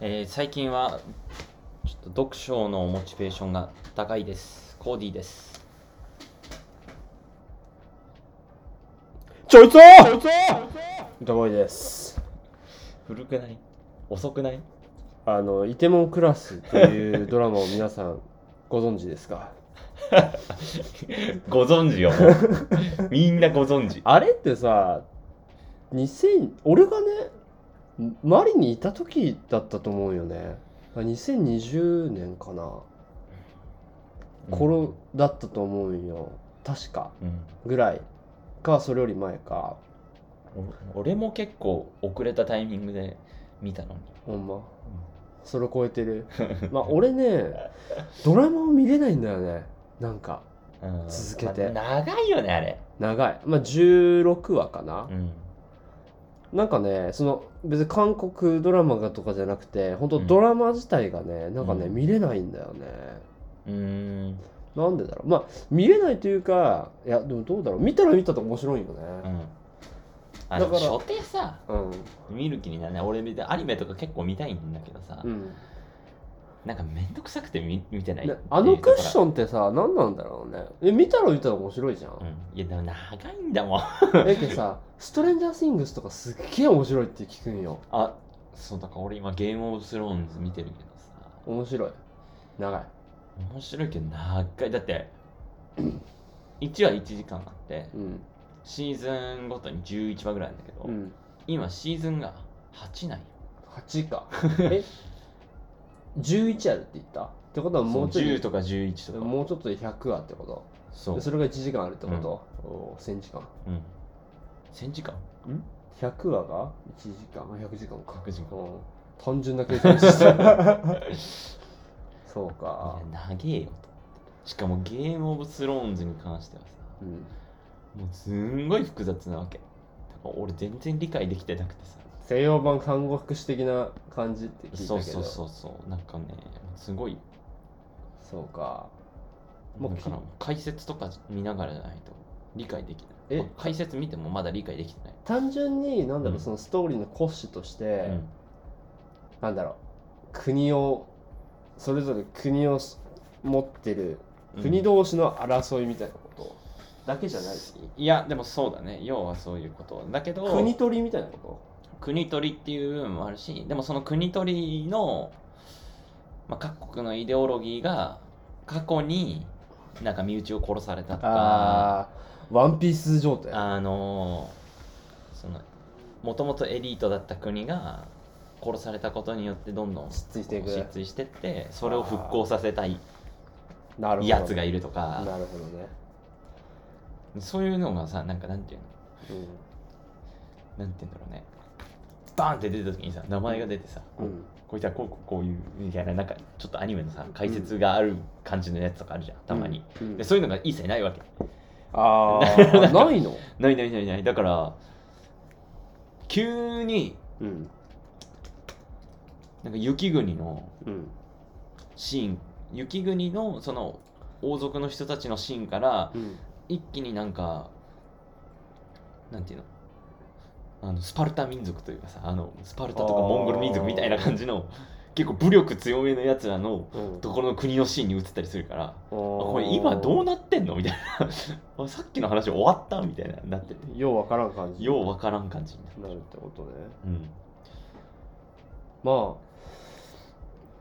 えー最近はちょっと読書のモチベーションが高いですコーディですちょいつょいつどうもいです。古くない遅くないあの、イテモンクラスというドラマを皆さんご存知ですかご存知 よもうみんなご存知あれってさ、2000、俺がね、マリにいた時だったと思うよね。あ2020年かな。頃だったと思うよ。確か。うんぐらいか、それより前か。お俺も結構遅れたタイミングで見たのにほんま。それを超えてる。まあ、俺ね、ドラマを見れないんだよね。なんか。うん続けてま長いよねあれ長い、まあ、16話かなう、んなんかねその別に韓国ドラマがとかじゃなくて本当うんドラマ自体がね、なんかねうん見れないんだよねうーんなんでだろうまあ見れないというかいやでもどうだろう見たら見たと面白いようねんあのだから初手さうん見る気にならない俺別にアニメとか結構見たいんだけどさ、うん、なんかめんどくさくて見見てないねあのクッシンョンってさ何なんだろうねえ見たら見たら面白いじゃん、うん、いやでも長いんだもんだけどさ「ストレンジャー・シングス」とかすっげえ面白いって聞くんよあそうだから俺今ゲームオブスローンズ見てるけどさ面白い長い面白いけど長いだ って1話1時間あってうんシーズンごとに11話ぐらいなんだけど、うん今シーズンが8なんよ8か え11あるって言ったってことはもうちょ10いとか11とかもうちょっとで100あってことそうでそれが1時間あるってこと、おー1000時間うん1000時間100話が1時間まあ100時間か100時間うん単純な計算でした そうかいや長えよと思ってしかもゲームオブスローンズに関してはさうんもうすんごい複雑なわけだから俺全然理解できてなくてさ西洋版三国志的な感じって聞いたけどそうそうそうそうなんかねすごいそうかもだうから解説とか見ながらじゃないと理解できないえまあ解説見てもまだ理解できてない、単純になんだろう、うんそのストーリーの骨子として、うんなんだろう国をそれぞれ国を持ってる国同士の争いみたいなことだけじゃない、いやでもそうだね要はそういうことだけど国取りみたいなこ国取りっていう部分もあるしでもその国取りの、まあ、各国のイデオロギーが過去になんか身内を殺されたととかああワンピース状態あのそのもともとエリートだった国が殺されたことによってどんどん失墜していく失墜してってそれを復興させたいなるほどやつがいるとかなるほどね、そういうのがさなんかなんていうのなんていうんだろうねバーンって出た時にさ名前が出てさ、うん、こいつはこうこうこういうみたいななんかちょっとアニメのさ解説がある感じのやつとかあるじゃんたまに、、うんでそういうのが一切ないわけああ ないの、ないないないないだから急にうんなんか雪国のうん、シーン雪国のその王族の人たちのシーンからうん一気になんかなんていうのあのスパルタ民族というかさあのスパルタとかモンゴル民族みたいな感じの結構武力強めのやつらのうん、ところの国のシーンに映ったりするからあここれ今どうななってんのみたいなあさっきの話終わったみたいななっててようわからん感じようわからん感じになるなるってことねうんまあ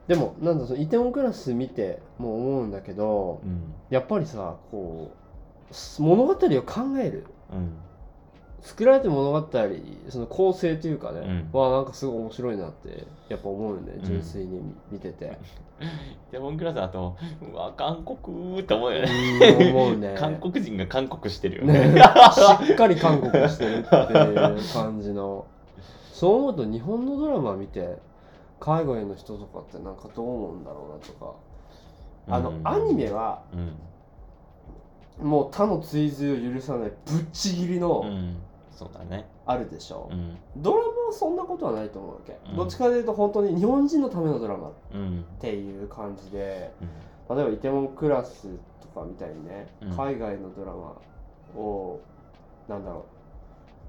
でもなんだそのイテウォンクラス見てもう思うんだけどうんやっぱりさこうす物語を考えるうん作られてる物語その構成というかね、うんはなんかすごい面白いなってやっぱ思うよねうん純粋に見見てて、でモンクラスだとうわ韓国って思うよねうん思うね韓国人が韓国してるよねね しっかり韓国してるっていう感じのそう思うと日本のドラマ見て海外の人とかってなんかどう思うんだろうなとかあの、うんアニメはうん、もう他の追随を許さないぶっちぎりうのん、そうだねあるでしょ、うんドラマはそんなことはないと思うわけ、うんどっちかというと本当に日本人のためのドラマっうんていう感じでうん例えば「イテモンクラス」とかみたいにね、うん海外のドラマをなんだろ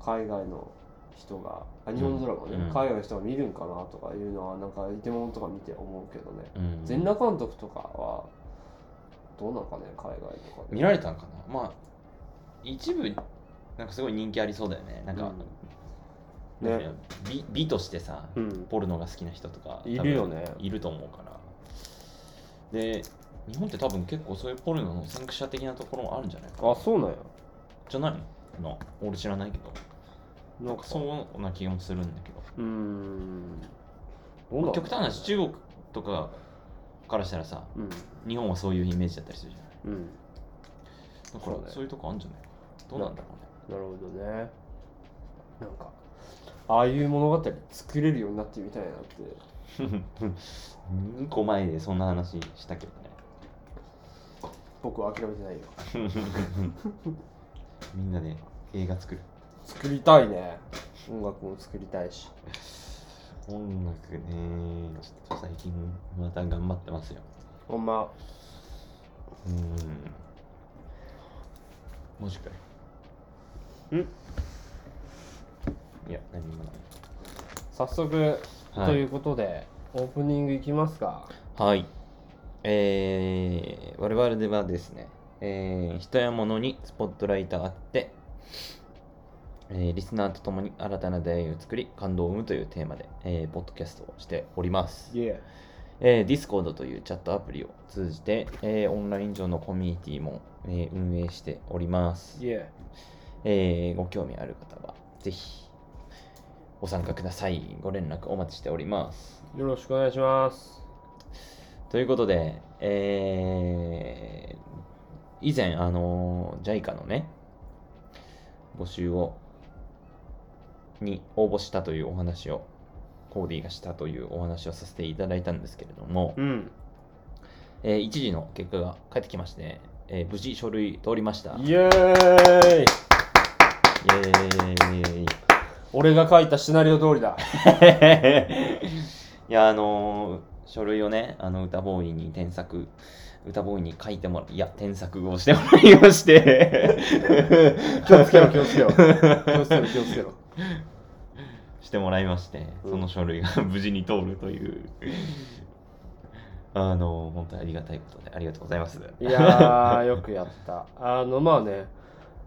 う海外の人があ日本のドラマね、うん海外の人が見るんかなとかいうのはなんかイテモンとか見て思うけどねうん全裸監督とかはどうなんかね海外とかで見られたんかなまあ一部なんかすごい人気ありそうだよねなんか、うんね美美としてさ、うんポルノが好きな人とかいるよね多分いると思うからで日本って多分結構そういうポルノの先駆者的なところもあるんじゃないかなあそうなんやじゃないのな俺知らないけどななんんかかそうな気もするんだけどうーんまあ極端な話中国とかからしたらさうん日本はそういうイメージだったりするじゃないうんだかそうねらそういうとこあるんじゃないどうなんだろうねなるほどねなんかああいう物語作れるようになってみたいなって2個前でそんな話したけどね僕は諦めてないよみんなで映画作る作りたいね音楽も作りたいし音楽ねちょっと最近また頑張ってますよほんまうんもしかんいや何もない早速、はいということでオープニングいきますかはい。えー、我々ではですね、えー人や物にスポットライトがあって、えーリスナーと共に新たな出会いを作り、感動を生むというテーマで、えーポッドキャストをしております。イエえー、Discord というチャットアプリを通じて、えーオンライン上のコミュニティも、えー運営しておりますイ。エえーご興味ある方は、ぜひ、ご参加ください。ご連絡お待ちしております。よろしくお願いしますということで、えー以前、あの、JICA のね、募集を、に応募したというお話を、コーディがしたというお話をさせていただいたんですけれども、うんえー一時の結果が返ってきまして、えー無事書類通りました。イエイエーーイイ俺が書いたシナリオ通 りだいや、あの書類をね、あの歌ボーイに添削、歌ボーイに書いてもらいや、添削をしてもらいまして、気をつけろ気をつけろ気をつけろ気をつけろしてもらいまして、うんその書類が無事に通るという、あの本当にありがたいことで、ありがとうございます。いやーよくやったあのまあね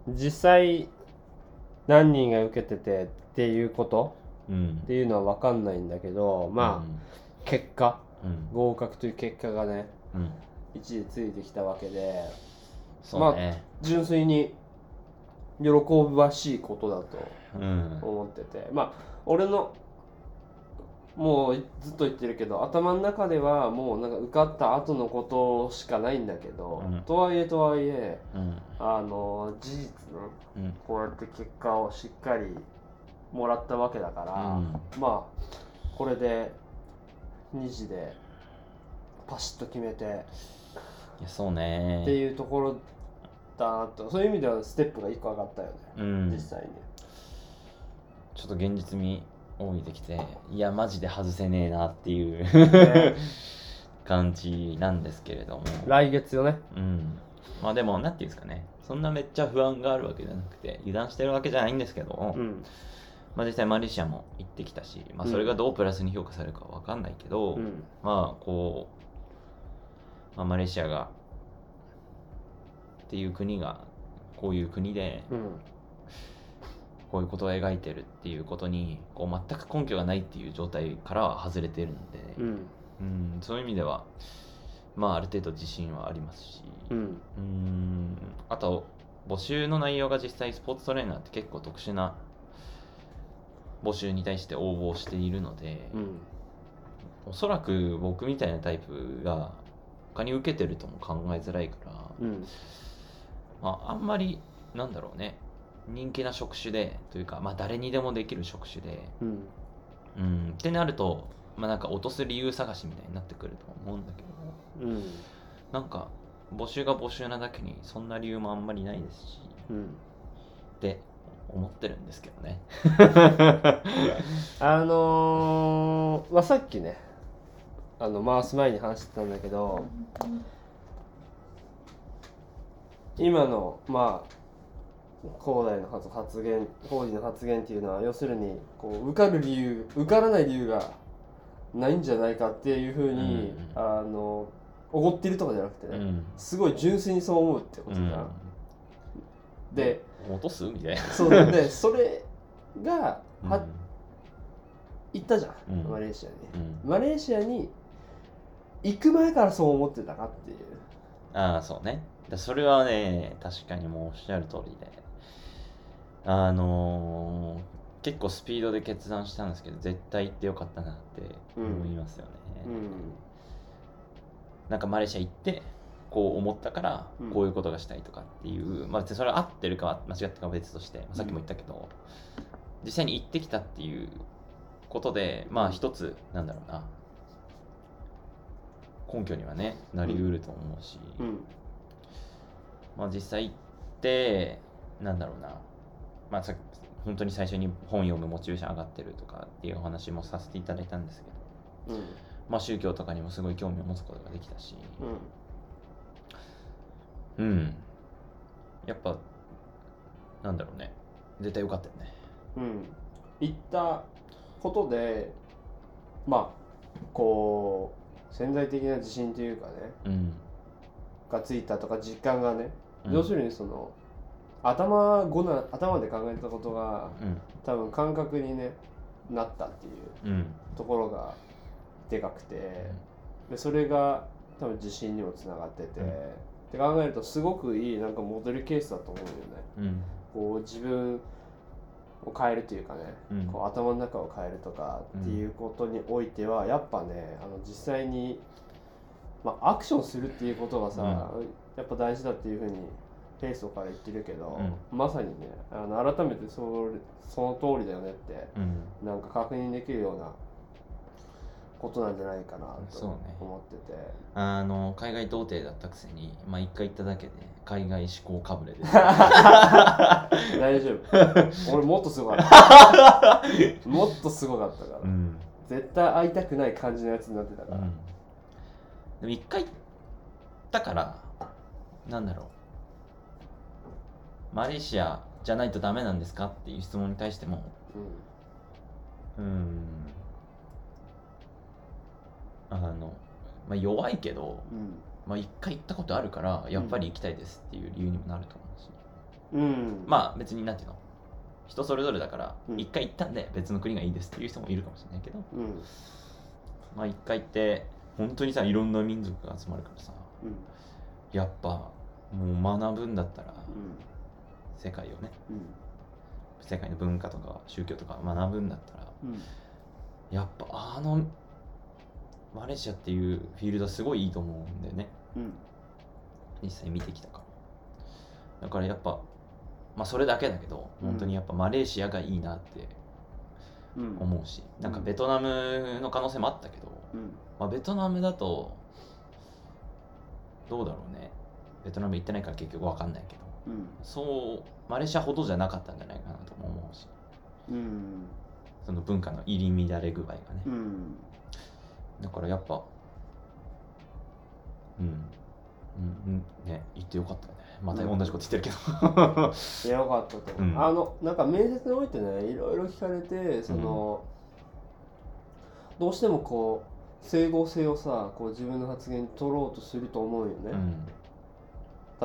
実際何人が受けててっていうことうんっていうのは分かんないんだけどまあ、結果あ、うん、合格という結果がねうん、うん一時ついてきたわけでそうね、純粋に喜ばしいことだとうん、思っててまあ俺のもうずっと言ってるけど頭の中ではもうなんか受かった後のことしかないんだけど、うんとはいえとはいえうん、あの事実ねうん、こうやって結果をしっかりもらったわけだから、まあこれで2時でパシッと決めていや、そうってね、いうところだなとそういう意味ではステップが1個上がったよね、うん実、際にちょっと現実味を帯びてきて、いや、マジで外せねえなっていう 感じなんですけれども、 来月よねうん、まあでも、なんていうんですかね、そんなめっちゃ不安があるわけじゃなくて、油断してるわけじゃないんですけど、んまあ、実際マレーシアも行ってきたし、まあ、それがどうプラスに評価されるかわかんないけど、うんまあこう、まあ、マレーシアがっていう国がこういう国でうんこういうことを描いてるっていうことにこう全く根拠がないっていう状態からは外れてるんで、うんうんそういう意味では、まあ、ある程度自信はありますし、うんうーんあと募集の内容が実際スポーツトレーナーって結構特殊な募集に対して応募しているので、うんおそらく僕みたいなタイプが他に受けてるとも考えづらいから、うんまあ、あんまりなんだろうね人気な職種でというか、まあ、誰にでもできる職種でうんうんってなると、まあ、なんか落とす理由探しみたいになってくると思うんだけどうんなんか募集が募集なだけにそんな理由もあんまりないですし。うんって思ってるんですけどね。あのーまあさっきねあの回す前に話してたんだけど今のまあ広大の発発言工事の発言っていうのは要するにこう受かる理由受からない理由がないんじゃないかっていうふうに、うあの怒ってるとかじゃなくて、うねん。すごい純粋にそう思うってことうじゃんん、。で落とすみたいな。そうだでそれがは、行ったじゃん、うんマレーシアにうんうんマレーシアに行く前からそう思ってたかっていうああ、そうね。だそれはね、確かにもうおっしゃる通りで。あのー結構スピードで決断したんですけど、絶対行ってよかったなって思いますよね。うんなんかマレーシア行ってこう思ったからうんこういうことがしたいとかっていう、まあ別にそれは合ってるか間違ってるかは別として、まあさっきも言ったけど、実際に行ってきたっていうことでまあ一つなんだろうな根拠にはねなりうると思うし、うんまあ実際行ってなんだろうなまあさっき本当に最初に本読むモチベーション上がってるとかっていうお話もさせていただいたんですけど、うんまあ、宗教とかにもすごい興味を持つことができたし、うんうん。やっぱ、なんだろうね。絶対良かったよね。うん、行ったことでまあこう潜在的な自信というかねうん。がついたとか実感がね、うん要するにその頭ごな頭で考えたことがうん。多分感覚に、ね、なったっていううん。ところがでかくてでそれが多分自信にもつながってて、うんって考えるとすごくいいなんかモデルケースだと思うよね。うん。こう自分を変えるというかね、うんこう頭の中を変えるとかっていうことにおいては、やっぱねあの実際に、まあ、アクションするっていうことがさ、うんやっぱ大事だっていうふうにペースから言ってるけど、うまさにねあの改めてそれその通りだよねってうん。なんか確認できるようなことなんじゃないかなそうとね思ってて、あの、海外童貞だったくせに、まあ一回行っただけで、海外志向かぶれ です。大丈夫俺もっとすごかったもっとすごかったから。ん。絶対会いたくない感じのやつになってたうから、ん。でも一回行ったから、なんだろう。マレーシアじゃないとダメなんですかっていう質問に対しても、うん。あの、まあ弱いけど、うんまあ、一回行ったことあるからやっぱり行きたいですっていう理由にもなると思うし、うんあまあ別になんていうの人それぞれだからうん一回行ったんで別の国がいいですっていう人もいるかもしれないけど、うんうんまあ一回行って本当にさいろんな民族が集まるからさやっぱもう学ぶんだったら世界をねうん世界の文化とか宗教とか学ぶんだったらうんやっぱあのマレーシアっていうフィールドすごいいいと思うんだよねうん実際見てきたからだからやっぱまあそれだけだけどうん本当にやっぱマレーシアがいいなってうん思うし、なんかベトナムの可能性もあったけど、うんまあ、ベトナムだとどうだろうねベトナム行ってないから結局わかんないけどうんそうマレーシアほどじゃなかったんじゃないかなとも思うしうんその文化の入り乱れ具合がね、うんだからやっぱうんうんうんね行ってよかったよねまた同じこと言ってるけ どいやよかったと、ううんあのなんか面接においてねいろいろ聞かれてその、どうしてもこう整合性をさこう自分の発言に取ろうとすると思うよね、う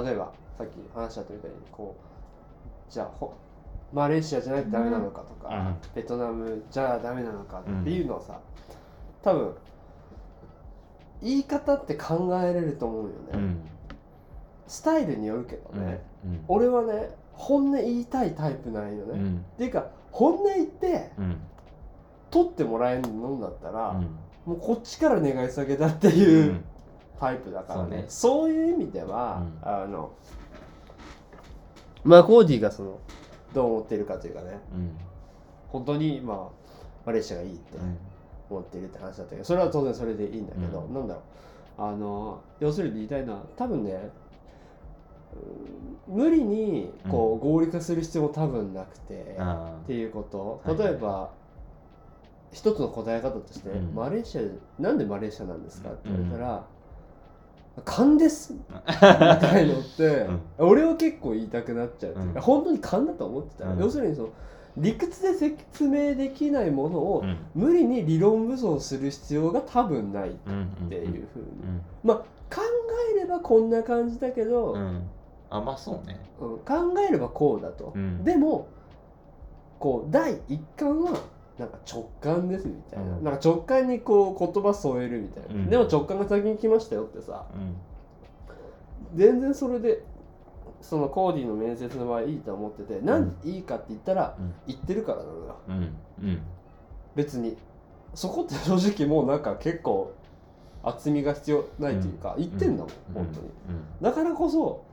ん例えばさっき話し合ったみたいにこうじゃあほマレーシアじゃないとダメなのかとか、うんベトナムじゃダメなのかっていうのはさ、多分言い方って考えれると思うよね、うんスタイルによるけどね、うん俺はね本音言いたいタイプないよね、うっんていうか本音言ってうん取ってもらえるのだったら、うんもうこっちから願い下げだっていう、うんタイプだからねそそううねいう意味では、うあのまあコーディがそのどう思ってるかというかねうん本当にまあマレーシアがいいって思ってるって話だったけどそれは当然それでいいんだけど、うんなんだろうあの要するに言いたいのは多分ねうん無理にこう合理化する必要も多分なくて、っあていうことはい例えば、一つの答え方として、うんマレーシアなんでマレーシアなんですかって言われたら、勘ですみたいのって、ん俺は結構言いたくなっちゃうっていうかうん本当に勘だと思ってた、うん要するにその理屈で説明できないものを、うん無理に理論武装する必要が多分ないっうんうんていうふうに、うんまあ考えればこんな感じだけど、うんあまあそうねうん考えればこうだと、うんでもこう第一感はなんか直感ですみたいな,、うんなんか直感にこう言葉添えるみたいな、うんでも直感が先に来ましたよってさうん全然それでそのコーディの面接の場合いいと思ってて、なんでいいかって言ったら、うん言ってるからなのようんうん別にそこって正直もうなんか結構厚みが必要ないというか、言ってんだもん、本当にだからこそ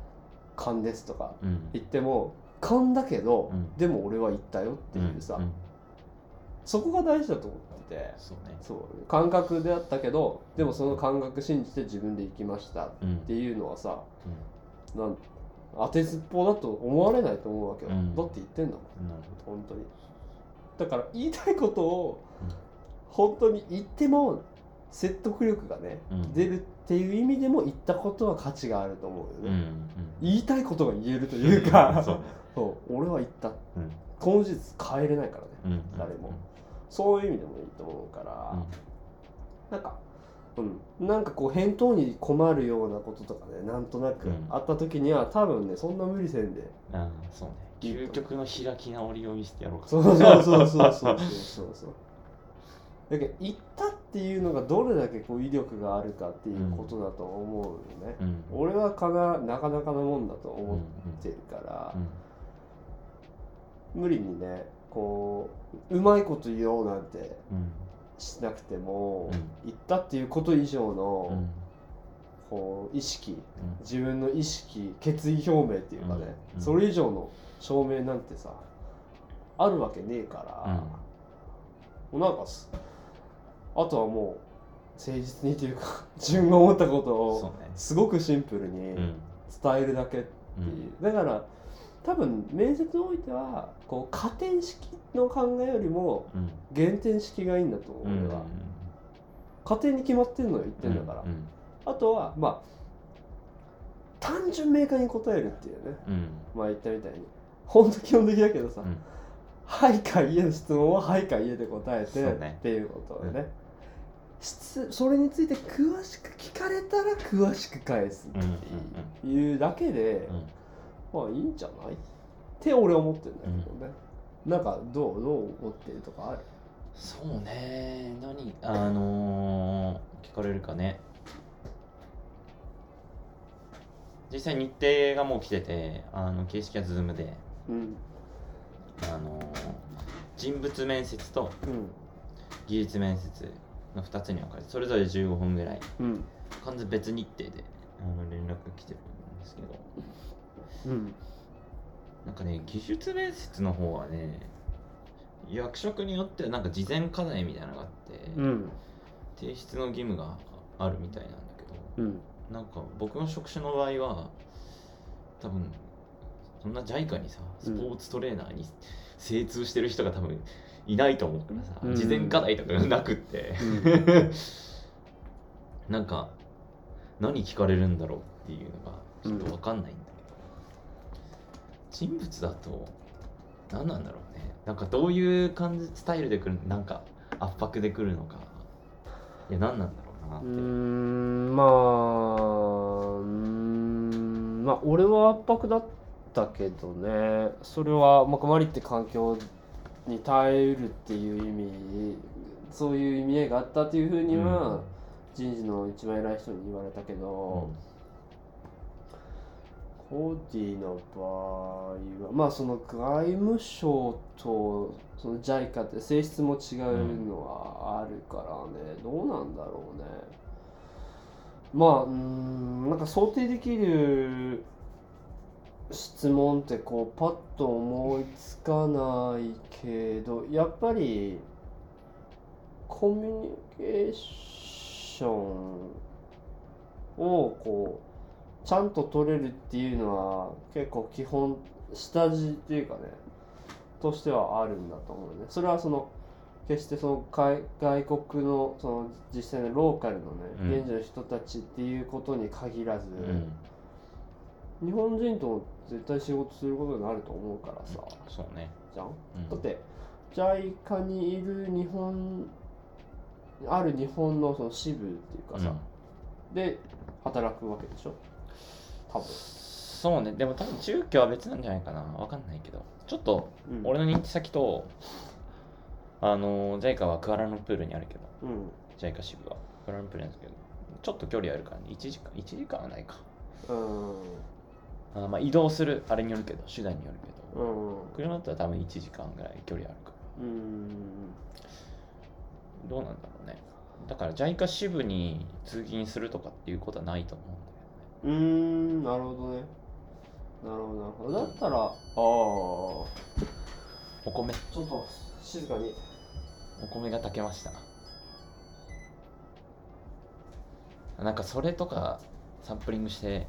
勘ですとかうんうん言っても勘だけど、うんでも俺は言ったよっていうさ、んそこが大事だと思っててそうねそう感覚であったけどでもその感覚信じて自分で行きましたっうんていうのはさうんなん当てずっぽうだと思われないと思うわけよ、うんだって言ってんだもんなる本当にだから言いたいことをうん本当に言っても説得力がね、うん出るっていう意味でも言ったことは価値があると思うほどようんね、うん言いたいことが言えるというかそう そう俺は言ったうんこの事実変えれないからねうん誰もそういう意味でもいいと思うから、なんか、うん、なんかこう返答に困るようなこととかねなんとなくうんあった時には多分ねそんな無理せんでうんああそうね究極の開き直りを見せてやろうかそうそうそうそうそうそうそうそうだけど言ったっていうのがどれだけこう威力があるかっていうことだと思うよね、うん俺はかななかなかのもんだとうんう思んってるからう、ん無理にねこううまいこと言おうなんてうんしなくても、うん言ったっていうこと以上の、うんこう意識うん自分の意識決意表明っていうかね、うんうんそれ以上の証明なんてさあるわけねえから、もうなんかすあとはもう誠実にというか 自分が思ったことをそうねすごくシンプルにう伝んえるだけってういんう、だから多分面接においてはこう加点式の考えよりもうん減点式がいいんだと思う、俺は加点に決まってんのよ言ってんだから、うんあとはまあ単純明快に答えるっていうねうんまあ言ったみたいにほんと基本的だけどさ、うんはいかいえの質問ははいかいえで答えて、そうねっていうことでね、うん質それについて詳しく聞かれたら詳しく返すうんうんっていうだけで、うんうんまあいいんじゃないって俺は思ってるんだけどね、なんかどうどう思ってるとかあるそうね何あのー聞かれるかね実際日程がもう来ててあの形式は Zoom でうんあのー人物面接とうん技術面接の2つに分かれてそれぞれ15分ぐらいうん完全別日程であの連絡が来てるんですけどうんなんかね技術面接の方はね役職によってはなんか事前課題みたいなのがあって、うん提出の義務があるみたいなんだけどうんなんか僕の職種の場合は多分そんな JICA にさスポーツトレーナーに精通してる人が多分いないと思うからさ、うん事前課題とかがなくって、うんなんか何聞かれるんだろうっていうのがちょっと分かんないんだけど、人物だと何なんだろうねなんかどういう感じスタイルで来るなんか圧迫で来るのかいや何なんだろうなっうてー。んまあうーんまあ俺は圧迫だったけどねそれは、まあ、マリって環境に耐えるっていう意味そういう意味合いがあったというふうには、うん人事の一番偉い人に言われたけど、コーディの場合はまあその外務省とその JICA って性質も違うのはあるからね、どうなんだろうねまあうーんなんか想定できる質問ってこうパッと思いつかないけどやっぱりコミュニケーションをこうちゃんと取れるっていうのは結構基本下地っていうかねとしてはあるんだと思うねそれはその決してその外外国のその実際のローカルのうんね、現地の人たちっていうことに限らず、うん、日本人とも絶対仕事することになると思うからさ、そうね。じゃんうんだって、ジャイカにいる日本、ある日本のその支部っていうかさ、で、働くわけでしょ多分。そうね、でも多分住居は別なんじゃないかな、わかんないけど、ちょっとうん、俺の認知先と、あの、JICA はクアラルンプールにあるけど、うん。 JICA 支部はクアラルンプールなんですけど、ちょっと距離あるから、ね、1時間、1時間はないか。うん。あまあ移動するあれによるけど、手段によるけど、うん。車だったら多分1時間ぐらい距離あるから、うん。どうなんだろうね。だから JICA 支部に通勤するとかっていうことはないと思うんだよね。うーん、なるほどね。なるほど、なるほど。だったら、ああ、ちょお米、っと静かに。お米が炊けましたなんかそれとかサンプリングして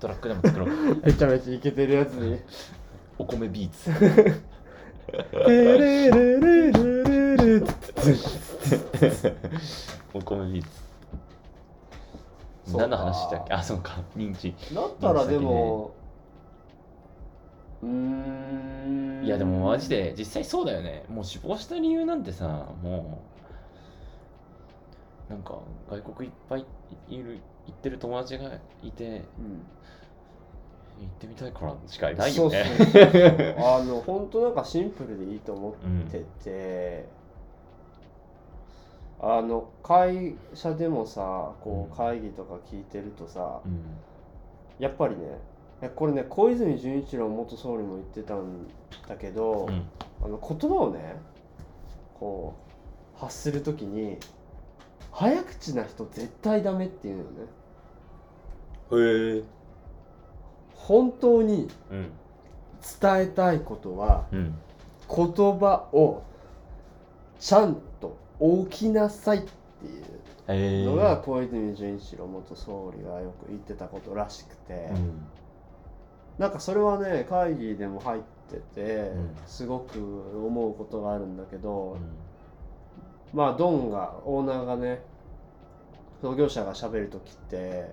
トラックでも作ろうめちゃめちゃイケてるやつ に。 お米ビー ツレレレレレレレお米ビーツそうか何の話したっけあそうか認知だったらでも、うーん。いやでもマジ。で実際そうだよねもう死亡した理由なんてさもうなんか外国いっぱいいる行ってる友達がいてうん、行ってみたいからしかいないよねそうそう そうあの、本当なんかシンプルでいいと思ってうんてて、あの、会社でもさ、こうんう会議とか聞いてるとさ、うんやっぱりねえこれね小泉純一郎元総理も言ってたんだけど、うんあの言葉をねこう発するときに早口な人絶対ダメっていうのよねへえ本当にうん伝えたいことはうん言葉をちゃんと置きなさいっていうへえのが小泉純一郎元総理がよく言ってたことらしくて、うんなんかそれはね会議でも入っててんすごく思うことがあるんだけうど、んまあドンがオーナーがね創業者が喋る時って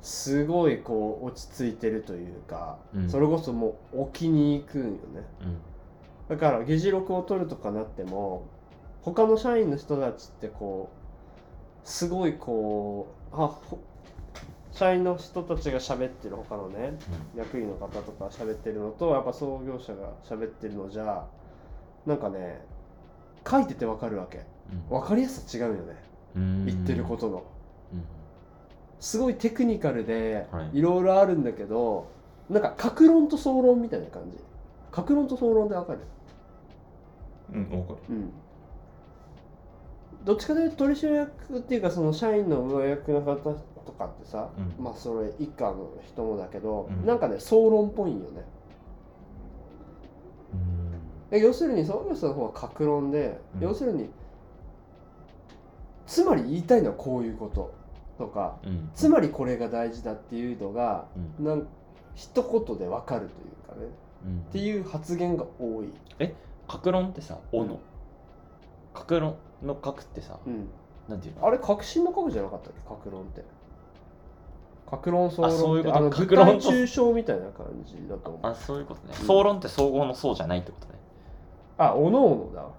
すごいこう落ち着いてるというか、うんそれこそもう置きに行くんよねうんだから議事録を取るとかなっても他の社員の人たちってこうすごいこうあほ社員の人たちが喋ってる他のね役員の方とか喋ってるのとやっぱ創業者が喋ってるのじゃなんかね書いててわかるわけうん分かりやすさ違うよねうん言ってることのうんすごいテクニカルではいいろいろあるんだけどなんか格論と総論みたいな感じ格論と総論でわかるうんわかるうんどっちかというと取締役っていうかその社員の上役の方とかってさ、うんまあそれ以下の人もだけど、うんなんかね総論っぽいんよねうんえ要するに創業者の方は格論で、うん要するにつまり言いたいのはこういうこととかうんつまりこれが大事だっていうのがうんなん一言でわかるというかねうんっていう発言が多い、格論ってさ「お」の格論の「格」ってさうん、なんていうのあれ革新の革じゃなかったっけ格論って格論総論ってあそういうことあの具格論体と抽象みたいな感じだと思うあそういうことね総論って総合の「総」じゃないってことねあおのおのだわ、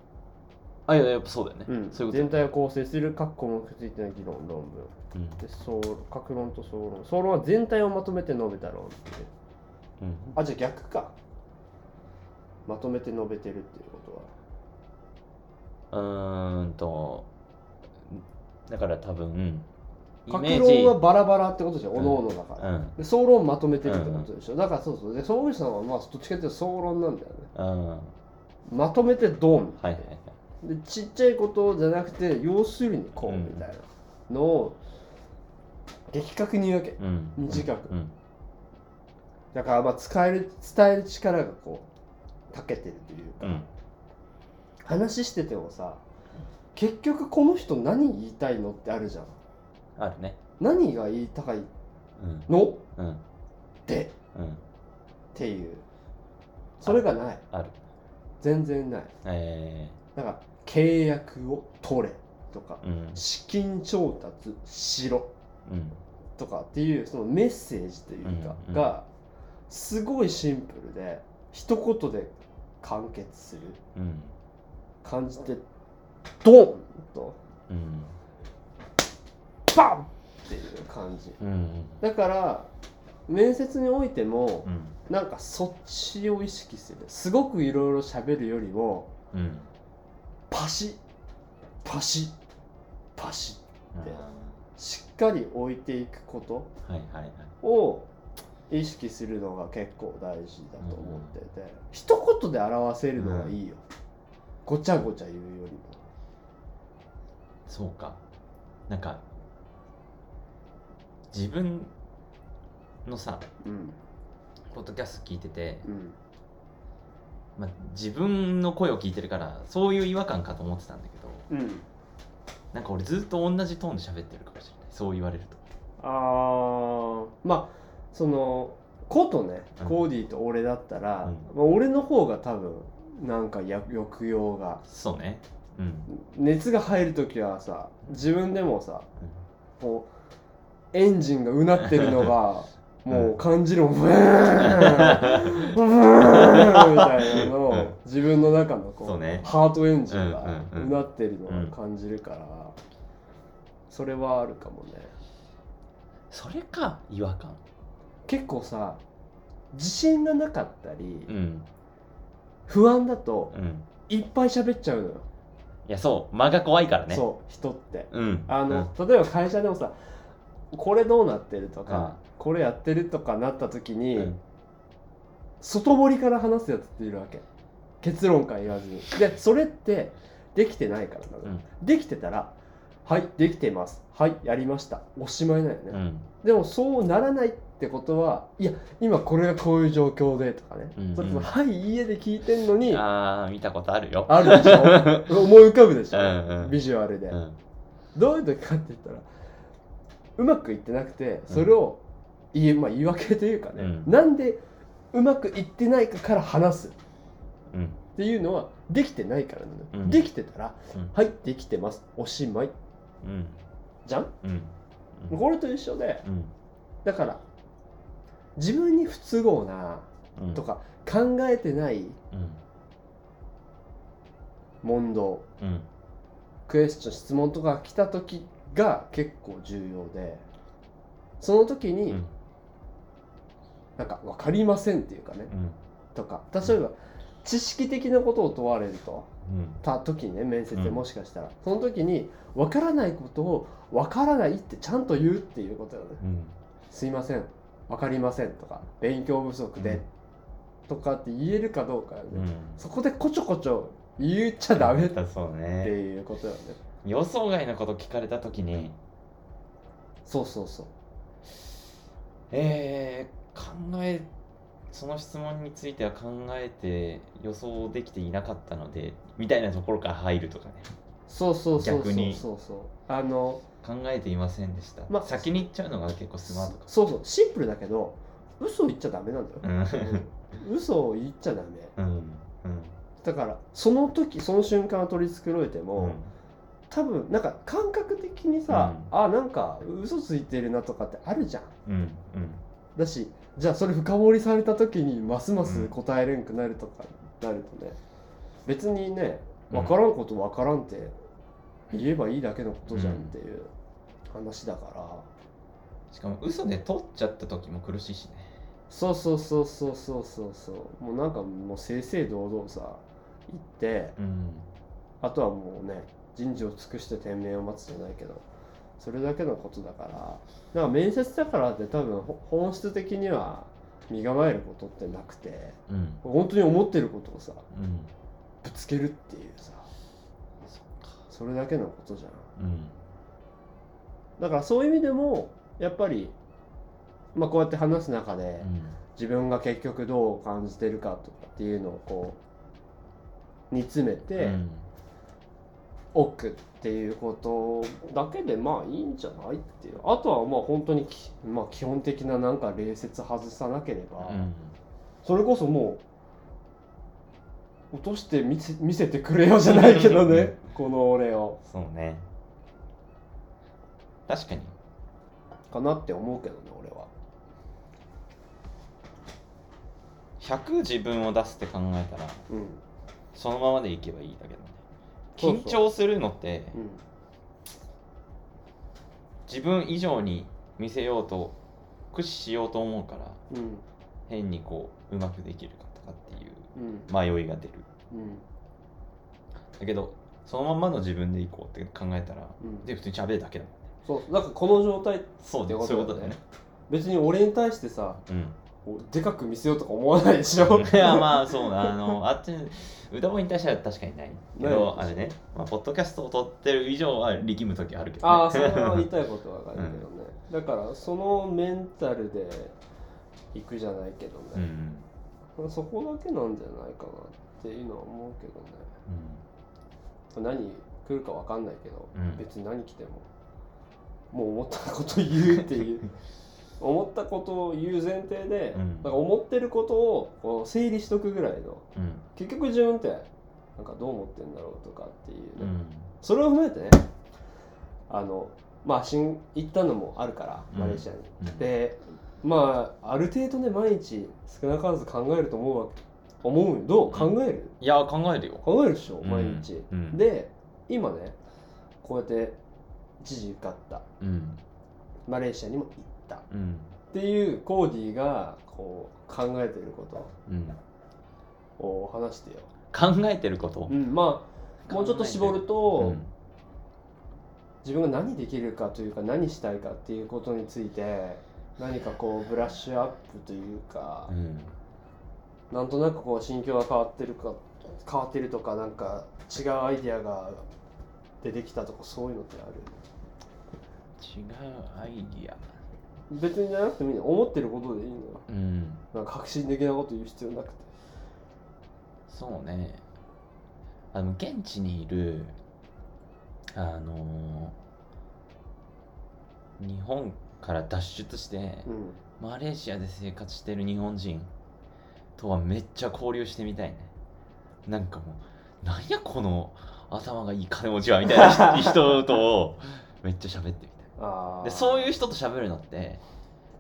あいややっぱそうだよねうんそういう全こ体を構成する各項目ついての議論論文とうんで総格論と総論総論は全体をまとめて述べた論っていううんあじゃあ逆かまとめて述べてるっていうことはうーんとだから多分イメ格ージ論はバラバラってことじゃん、うんおのおのだから、うんで総論まとめてるってことでしょ、だからそうそうで総理さんはまあどっちかっていうと総論なんだよねうんはまとめてドンいはいはいでちっちゃいことじゃなくて要するにこううんみたいなのを的確に言うわけうん短くうんだからまあ使える伝える力がこう長けてるというか、うん話しててもさ結局この人何言いたいのってあるじゃんあるね何が言いたいうんのっうんてうんっていうそれがないある全然ないえなんか契約を取れとかうん資金調達しろうんとかっていうそのメッセージというかうんうんがすごいシンプルで一言で完結するうん感じでドンとうんバンっていう感じうんだから面接においてもうんなんかそっちを意識するすごくいろいろ喋るよりもうんパシッパシッパシッしっかり置いていくことはいはいはいを意識するのが結構大事だと思ってて、一言で表せるのがいいよ、ごちゃごちゃ言うよりもそうかなんか自分のさうんポッドキャスト聞いてて、うんまあ、自分の声を聞いてるからそういう違和感かと思ってたんだけどうんなんか俺ずっと同じトーンで喋ってるかもしれないそう言われるとあーまあそのコとねうんコーディと俺だったら、うんまあ、俺の方が多分なんかや抑揚がそうね うん熱が入る時はさ自分でもさうんこうエンジンがうなってるのがうんもう感じるもんブ ーンブーンみたいなのうをん自分の中のこそうねハートエンジンがうんうんううんなってるのを感じるからそれはあるかもねそれか違和感結構さ自信がなかったりうん不安だとうんいっぱい喋っちゃうのよいやそう間が怖いからねそう人ってう、ん、あの、例えば会社でもさこれどうなってるとか、これやってるとかなった時うに、んうん外堀から話すやつっているわけ結論から言わずにでそれってできてないからなの、うんできてたら「はいできてますはいやりました」おしまいなんよね、うんでもそうならないってことはいや今これがこういう状況で」とかね、うんうんそれともはい家で聞いてんのにああー見たことあるよるでし ょ思い浮かぶでしょ、うんうんビジュアルで、うんどういう時かって言ったらうまくいってなくてそれを言い,、まあ、言い訳というかね、うんなんでうまくいってないかから話すうんっていうのはできてないからなのよ、うんできてたら、うんはいできてますおしまいうんじゃんうんうんこれと一緒でうんだから自分に不都合なうんとか考えてないうん問答うんクエスチョン質問とか来た時が結構重要でその時に、うんなんか分かりませんっていうかねうんとか例えば知識的なことを問われるとうんた時にね面接でうんもしかしたら、その時に分からないことを分からないってちゃんと言うっていうことよねうんすいません分かりませんとか勉強不足で、うんとかって言えるかどうかよね、うんそこでこちょこちょ言っちゃダメってそうねいうことよね予想外のこと聞かれた時にそうそうそうえー、考えその質問については考えて予想できていなかったのでみたいなところから入るとかねそうそうそうそう逆にそうそうあの考えていませんでした、まあ先に行っちゃうのが結構スマートかそうそうシンプルだけど嘘を言っちゃダメなんだよ、 うん嘘を言っちゃダメうんうんだからその時その瞬間は取り繕えてうも、ん多分なんか感覚的にさ、あなんか嘘ついてるなとかってあるじゃんうんだしじゃあそれ深掘りされた時にますます答えれんくなるとかなるとね別にねうん分からんこと分からんって言えばいいだけのことじゃんっうんていう話だから、しかも嘘で取っちゃった時も苦しいしねそうそうそうそうそうそうそうもうなんかもう正々堂々さ行ってうんあとはもうね人事を尽くして天命を待つじゃないけどそれだけのことだからだから面接だからって多分ほ本質的には身構えることってなくてうん本当に思ってることをさうんぶつけるっていうさそっかそれだけのことじゃんうんだからそういう意味でもやっぱり、まあ、こうやって話す中でうん自分が結局どう感じてるかとかっていうのをこう煮詰めて、うん置くっていうことだけでまあいいんじゃないっていうあとはまあ本当にき、まあ、基本的ななんか礼節外さなければ、うんそれこそもう落として見せ見せてくれよじゃないけどねこの俺をそうね確かにかなって思うけどね俺は100自分を出すって考えたらうんそのままでいけばいいだけどねそう緊そ張うするのってうん自分以上に見せようと駆使しようと思うからうん変にこううまくできるかとかっていううん迷いが出るうんだけどそのまんまの自分でいこうって考えたらうんで普通に喋るだけだもんそうそうだからこの状態そうってねことそういうことだだよよねね別に俺に対してさうんおでかく見せようとか思わないでしょいやまあそうだあのあっち歌声に対しては確かにないけどないあれね、まあ、ポッドキャストを撮ってる以上は力む時あるけど、ね、 ああそれは言いたいことはわかるけどね、だからそのメンタルで行くじゃないけど うんうね、んそこだけなんじゃないかなっていうのは思うけどね何来るかわかんないけど、うん別に何来てももう思ったこと言うっ ていう思ったことを言う前提で、うんなんか思ってることをこう整理しとくぐらいのうん結局自分ってなんかどう思ってんだろうとかっていうね、うんそれを踏まえてねあのまあ新行ったのもあるからうんマレーシアに、うんでまあある程度ね毎日少なからず考えると思うわけ思うよどう考えるいや考えるよ考えるでしょうん毎日、うんで今ねこうやって知事受かったうんマレーシアにも行ったっうんていうコーディがこう考えてるこうんとを話してよ、考えてることうん、まあもうちょっと絞ると、うん自分が何できるかというか何したいかっていうことについて何かこうブラッシュアップというかう、んなんとなくこう心境が変わってるか変わってるとかなんか違うアイディアが出てきたとかそういうのってある違うアイディア別にじゃなくてもいいの思ってることでいいのようんなんか革新的なこと言う必要なくてそうねあの現地にいるあの日本から脱出してうんマレーシアで生活してる日本人とはめっちゃ交流してみたいねなんかもうなんやこの頭がいい金持ちはみたい な人とめっちゃ喋ってみたいあでそういうう人と喋るのって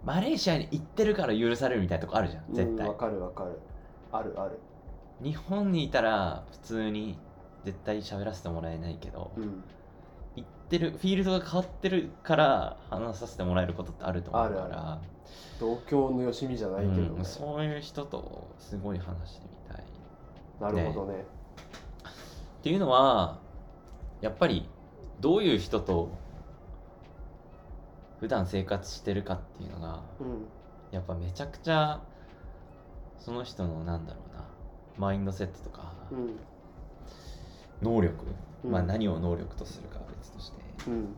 マレーシアに行ってるから許されるみたいなとこあるじゃん絶ん対わかるわかるあるある日本にいたら普通に絶対喋らせてもらえないけどうん行ってるフィールドが変わってるから話させてもらえることってあると思うからあるあ同郷のよしみじゃないけど、ねうんそういう人とすごい話してみたいなるほどねっていうのはやっぱりどういう人と普段生活してるかっていうのがうんやっぱめちゃくちゃその人のなんだろうなマインドセットとかうん能力、うんまあ何を能力とするかは別としてうん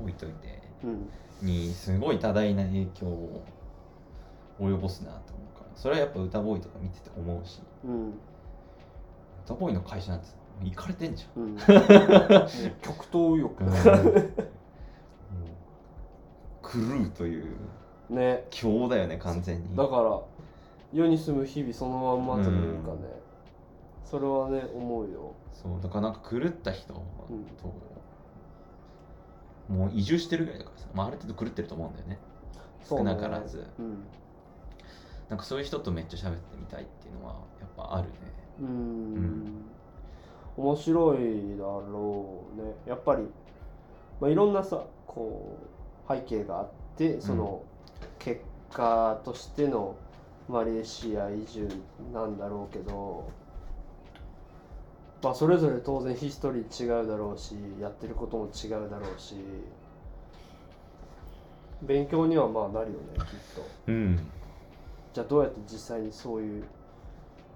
置いといてうんにすごい多大な影響を及ぼすなと思うからそれはやっぱ歌ボーイとか見てて思うしうん歌ボーイの会社なんて行かれてんじゃんうん極東欲もう 狂うというね強だよね完全にだから世に住む日々そのまんまというかね、それはね思うよそうだからなんか狂った人と、うんもう移住してるぐらいだからさ、まあ、ある程度狂ってると思うんだよねそう少ねなからず、うんなんかそういう人とめっちゃ喋ってみたいっていうのはやっぱあるねうーんん面白いだろうねやっぱり、まあ、いろんなさこう背景があってその結果としてのマレーシア移住なんだろうけど、まあ、それぞれ当然ヒストリー違うだろうしやってることも違うだろうし勉強にはまあなるよねきっと。うんじゃあどうやって実際にそういう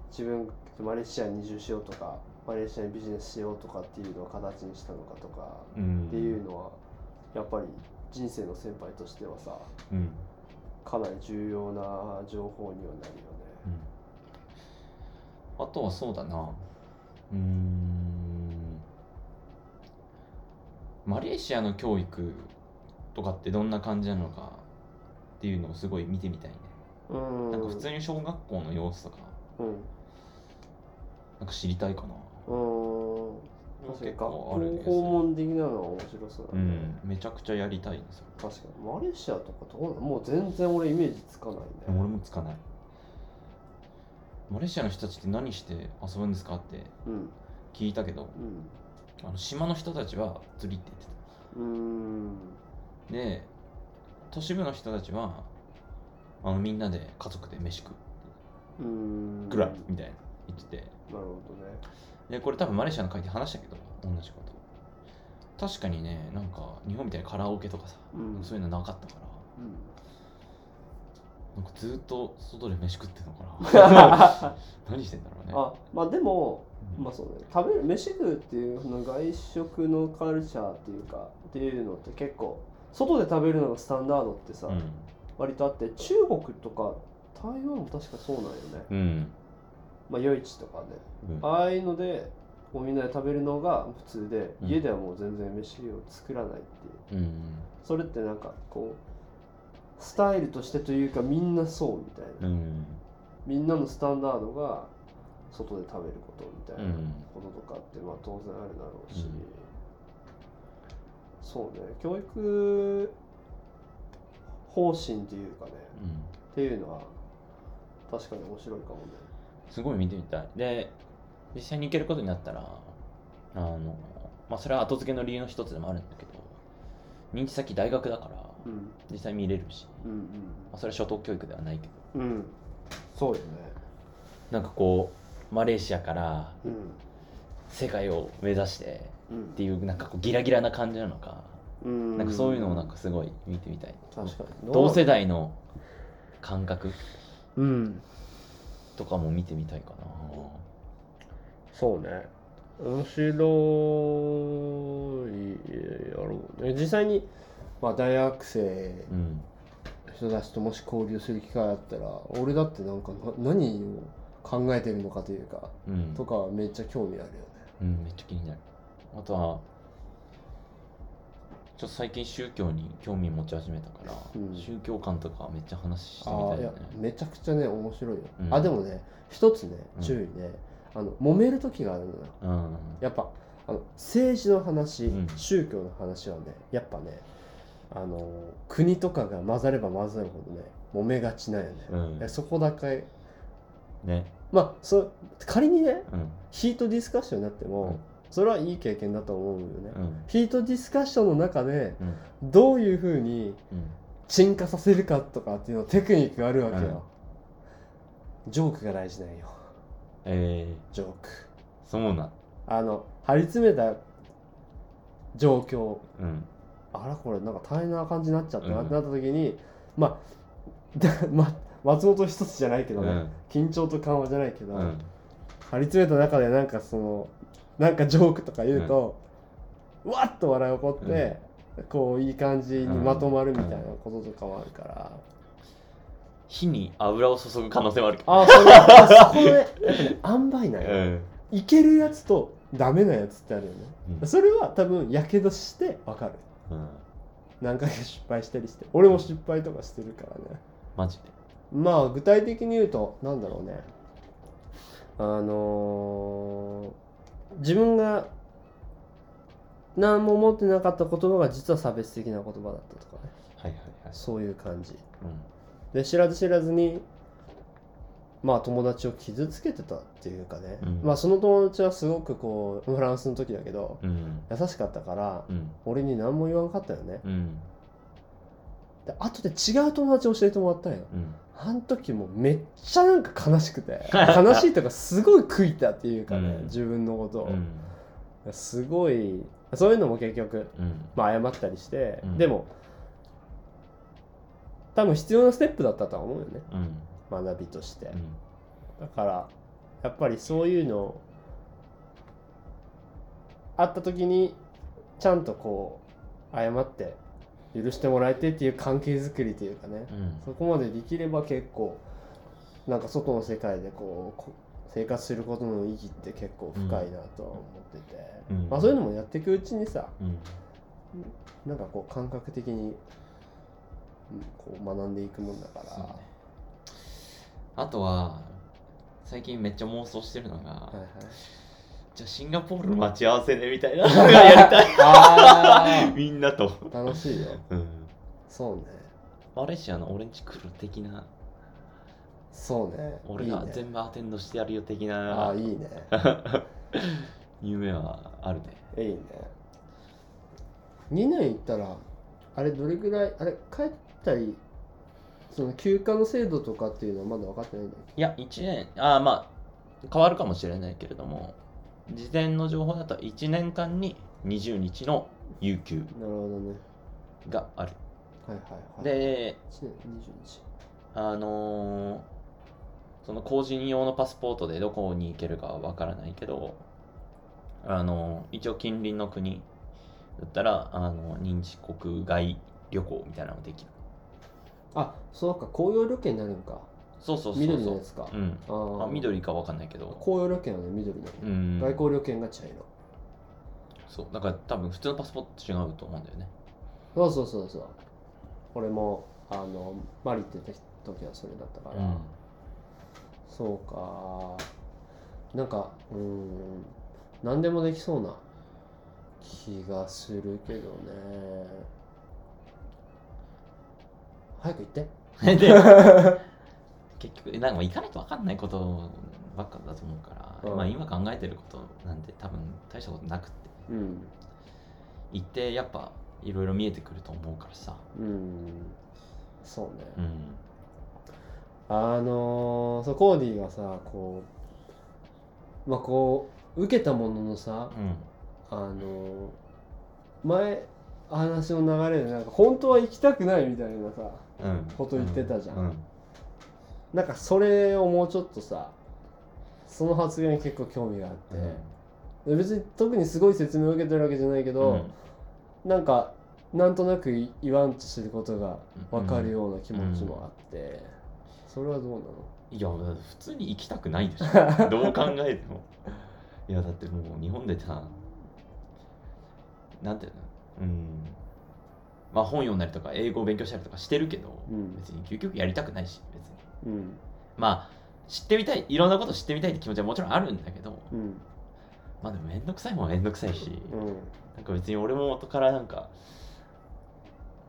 自分がマレーシアに移住しようとかマレーシアにビジネスしようとかっていうのを形にしたのかとかうんっていうのはやっぱり人生の先輩としてはさうん、うんかなり重要な情報にはなるよね。あとはそうだなうーんマレーシアの教育とかってどんな感じなのかっていうのをすごい見てみたいねうんなんか普通に小学校の様子とかうんなんか知りたいかなうん確かに結学構あるん校ですよ訪問的なのは面白そううだね、んめちゃくちゃやりたいんですよ確かにマレーシアとかどうなのもう全然俺イメージつかないでもね俺もつかないマレーシアの人たちって何して遊ぶんですかってうん聞いたけどうんあの島の人たちは釣りって言ってたうーんで都市部の人たちはあのみんなで家族で飯食ううーんぐらいみたいな言っててなるほどねでこれ多分マレーシアの会で話したけど同じこと確かにねなんか日本みたいにカラオケとかさ、うんそういうのなかったからなうんかずっと外で飯食ってんのか な何してんだろうねんあまあでもうんまあそうね食べる飯食うっていうその外食のカルチャーっていうかっていうのって結構外で食べるのがスタンダードってさ、うん割とあって中国とか台湾も確かそうなんよねうんまあ夜市とかねうんああいうのでもうみんなで食べるのが普通で、うん家ではもう全然飯を作らないっていううんそれってなんかこうスタイルとしてというかみんなそうみたいな、うんみんなのスタンダードが外で食べることみたういなんこととかってまあ当然あるだろうし、うんそうね教育方針というかねうんっていうのは確かに面白いかもねすごい見てみたいで実際に行けることになったらあのまあそれは後付けの理由の一つでもあるんだけど認知先大学だからうん実際見れるし、うんまあ、それは初等教育ではないけどうんうんそうよねなんかこうマレーシアからうん世界を目指してうんっていうなんかこうギラギラな感じなのかうんなんかそういうのをなんかすごい見てみたい確かに同世代の感覚うんとかも見てみたいかなそうね面白いやろうね実際に、まあ、大学生うんの人たちともし交流する機会あったら俺だってなんかな何を考えてるのかというかうんとかはめっちゃ興味あるよねうん、めっちゃ気になる。あとは、ちょっと最近宗教に興味持ち始めたから、うん宗教観とかめっちゃ話してみあたあいいよやね。めちゃくちゃね面白いよ、うんあでもね一つねうん注意ね、あの揉める時があるのようん。やっぱあの政治の話、うん宗教の話はねやっぱねあの国とかが混ざれば混ざるほどね揉めがちなんよね、うんえ、そこだけね。まあそ仮にねうん。ヒートディスカッションになっても、うんそれはいい経験だと思うよね、うん。ヒートディスカッションの中でうん。どういうふうにうん。沈下させるかとかっていうのテクニックがあるわけよ、ジョークが大事なんよえジョークー、そうなん。あの張り詰めた状況うん。あらこれなんか大変な感じになっちゃったなうんってなった時に、まあ だま松本一つじゃないけうどね、ん。緊張と緩和じゃないけど、うん。張り詰めた中でなんかそのなんかジョークとか言うと、わっと笑い起こって、こういい感じにまとまるみたいなこととかもあるから、火に油を注ぐ可能性もあるけあそれあそこね やっぱね塩梅なんど。よ、ん。いけるやつとダメなやつってあるよねうんそれは多分やけどしてわかるうん。何回か失敗したりして俺も失敗とかしてるからねマジで。まあ具体的に言うとなんだろうねあのー自分が何も思ってなかった言葉が実は差別的な言葉だったとかねはいはいはい。そういう感じうで知らず知らずにまあ友達を傷つけてたっていうかね、うんまあその友達はすごくこうフランスの時だけどん。うん。優しかったからうん。俺に何も言わんかったよねうん。で後で違う友達教えてもらったんようん。あの時もうめっちゃなんか悲しく て悲しいとかすごい悔いたっていうかね、うん自分のこうとを、ん。すごいそういうのも結局、うん。まあ、謝ったりして、うんでも多分必要なステップだったとは思うよねうん。学びとして、うん。だからやっぱりそういうのあった時にちゃんとこう謝って許してもらえてっていう関係づくりというかね、うん。そこまでできれば結構なんか外の世界でこうこ生活することの意義って結構深いなとは思ってて、うんまあ、そういうのもやっていくうちにさうん。なんかこう感覚的に、うんこう学んでいくもんだからそうねあとは最近めっちゃ妄想してるのがはいはい、じゃあシンガポールの待ち合わせでみたいな のがやりたいあみんなと、あ楽しいようん、そうねマレーシアの俺んち来る的なそうね俺いいがね全部アテンドしてやるよ的あなあいいね夢はあるねいいね2年行ったらあれどれぐらいあれ帰ったりその休暇の制度とかっていうのはまだ分かってないんだいや1年あーまあ変わるかもしれないけれども事前の情報だと1年間に20日の有給けどなるほどねがあるはいはいはいで1年20日あのーその個人用のパスポートでどこに行けるかはわからないけど、あのー一応近隣の国だったら、あの認知国外旅行みたいなのもできる。あそうか紅葉旅券になるのかそうそうそうそう。緑のやつかうん。あーあ、緑かわかんないけど。紅葉旅券はね緑なの、うん。外交旅券が茶色そう。だから多分普通のパスポートと違うと思うんだよね。そうそうそうそう俺もあのマリって言った時はそれだったから、うん。そうかなんかうーん何でもできそうな気がするけどね早く行ってで 結局なんかもう行かないと分かんないことばっかだと思うから、うんまあ今考えてることなんて多分大したことなくってうん行ってやっぱいろいろ見えてくると思うからさ、うんそうね、うん、あのーそうコーディがさこうまあこう受けたもののさうん、あのー前話の流れでなんか本当は行きたくないみたいなさうん、こと言ってたじゃんうんなんかそれをもうちょっとさその発言に結構興味があって、で別に特にすごい説明を受けてるわけじゃないけうんど、なんかなんとなくい言わんとすることが分かるような気持ちもあって、それはどうなのいや普通に行きたくないでし ょどう考えてもいやだってもう日本でさなんていうのうんまあ本読んだりとか英語を勉強したりとかしてるけど、うん別に究極やりたくないし別にうんまあ知ってみたいいろんなこと知ってみたいって気持ちはもちろんあるんだけどうんまあでもめんどくさいもんはめんどくさいしうんなんか別に俺も元からなんか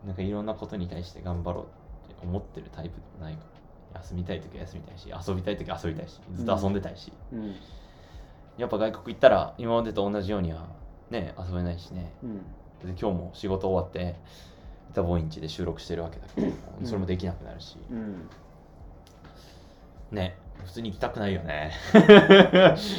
なんかいろんなことに対して頑張ろうって思ってるタイプでもないから休みたい時は休みたいし遊びたい時は遊びたいしずっと遊んでたいし、うんやっぱ外国行ったら今までと同じようにはね遊べないしねうんで今日も仕事終わって歌ボインチで収録してるわけだけど、うんそれもできなくなるしうんね普通に行きたくないよね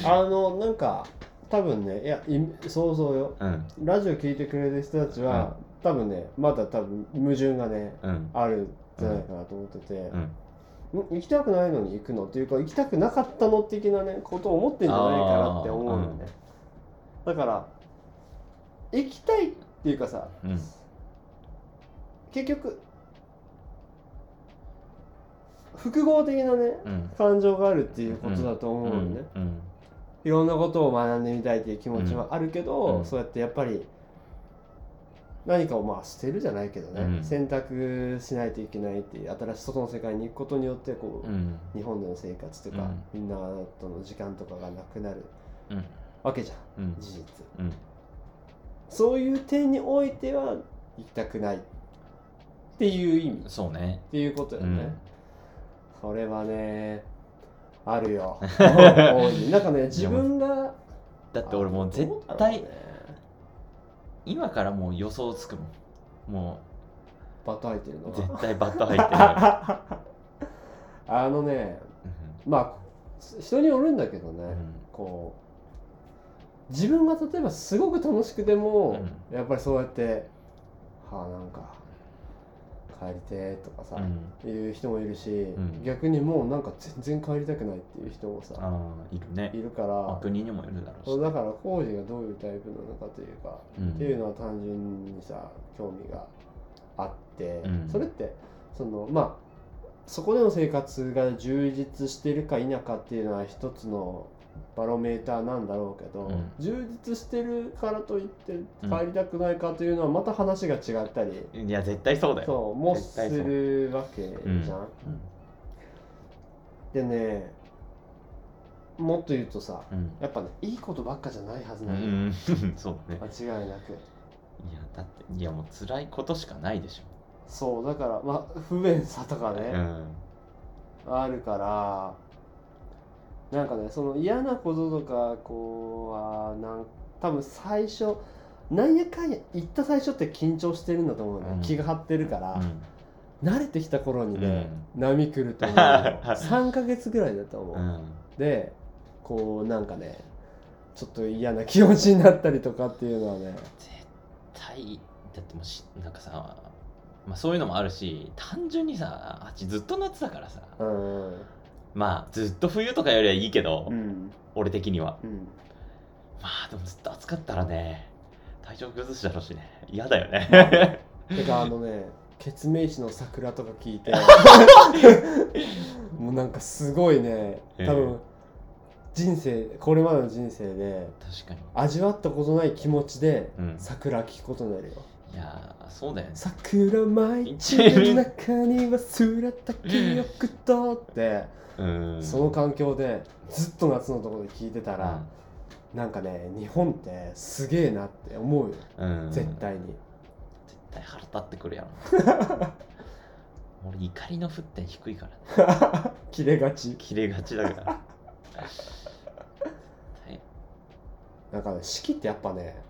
あのなんか多分ねいやい想像ようんラジオ聞いてくれる人たちは、多分ねまだ多分矛盾がねうんあるんじゃないかなと思ってて、うんん行きたくないのに行くのっていうか行きたくなかったの的なねことを思ってんじゃないかなって思うのね、だから行きたいっていうかさうん結局複合的なねうん感情があるっていうことだと思うのね、うんいろんなことを学んでみたいっていう気持ちはあるけど、うんそうやってやっぱり何かをまあ捨てるじゃないけどね、うん選択しないといけないっていう新しい外の世界に行くことによってこう、うん日本での生活とか、みんなとの時間とかがなくなるうんわけじゃんうん事実うんそういう点においては行きたくないっていう意味っそうねていうことよね、うんそれはねあ るよ大いになんかね自分がだって俺もう絶どうだろう対ね今からもう予想つくもんもバタ入ってるのうが絶対バット入ってあのねるまあ人によるんだけどね、 うんこう自分が例えばすごく楽しくても、やっぱりそうやってはあなんか帰りてーとかさう、んいう人もいるし、ん逆にもうなんか全然帰りたくないっていう人もさ、ああいるねいるかまあら国にもよるだろうしそうだからコージがどういうタイプなのかというか、うんっていうのは単純にさ興味があって、うんそれってそのまあそこでの生活が充実してるか否かっていうのは一つのバロメーターなんだろうけど、うん充実してるからといって帰りたくないかというのはまた話が違ったり、いや絶対そうだよそうも絶す対そうるわけじゃん。うんでねもっと言うとさうんやっぱねいいことばっかじゃないはずうなの、ん そうね間違いないくやだっていやもう辛いことしかないでしそうだからまあ不便さとかょ、ね、うんあるからなんかねその嫌なこととかこうはなん多分最初なんやかんや行った最初って緊張してるんだと思うね、うん気が張ってるから、うん慣れてきた頃にね、波来ると思うよ 3ヶ月ぐらいだと思う、うんでこうなんかねちょっと嫌な気持ちになったりとかっていうのはね絶対だってもうしなんかさ、まあ、そういうのもあるし単純にさあっちずっと夏だからさうんまあずっと冬とかよりはいいけど、うん俺的にはうんまあでもずっと暑かったらね体調崩すだろうしね嫌だよ ねてかあのね「ケツメイシの桜」とか聞 いてもうなんかすごいねええ多分人生これまでの人生で確かに味わったことない気持ちでうん桜聞くことになるよいやーそうだよね桜舞い散る中に忘れた記憶とってうんその環境でずっと夏のところで聞いてたら、なんかね日本ってすげえなって思うようん、絶対に絶対腹立ってくるやろ 俺怒りの沸点低いからね切れがち切れがちだから はいなんかね四季ってやっぱね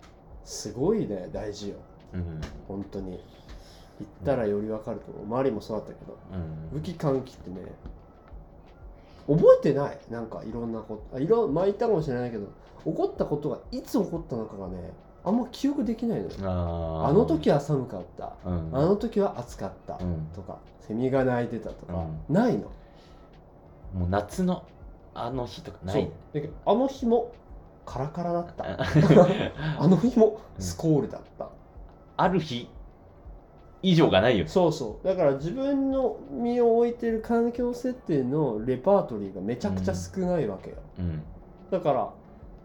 すごいね大事ようん本当に行ったらより分かると思う周りもそうだったけどうん雨季寒季ってね覚えてないなんかいろんなことあいろんまあ言ったかもしれないけど起こったことがいつ起こったのかがねあんま記憶できないのよああの時は寒かったあうんあの時は暑かったうんとかセミが鳴いてたとかうないのもう夏のあの日とかないそうだけどあの日もカラカラだった ああの日もスコールだった ある日以上がないよねそうそうだから自分の身を置いてる環境設定のレパートリーがめちゃくちゃ少ないわけよ、うんだから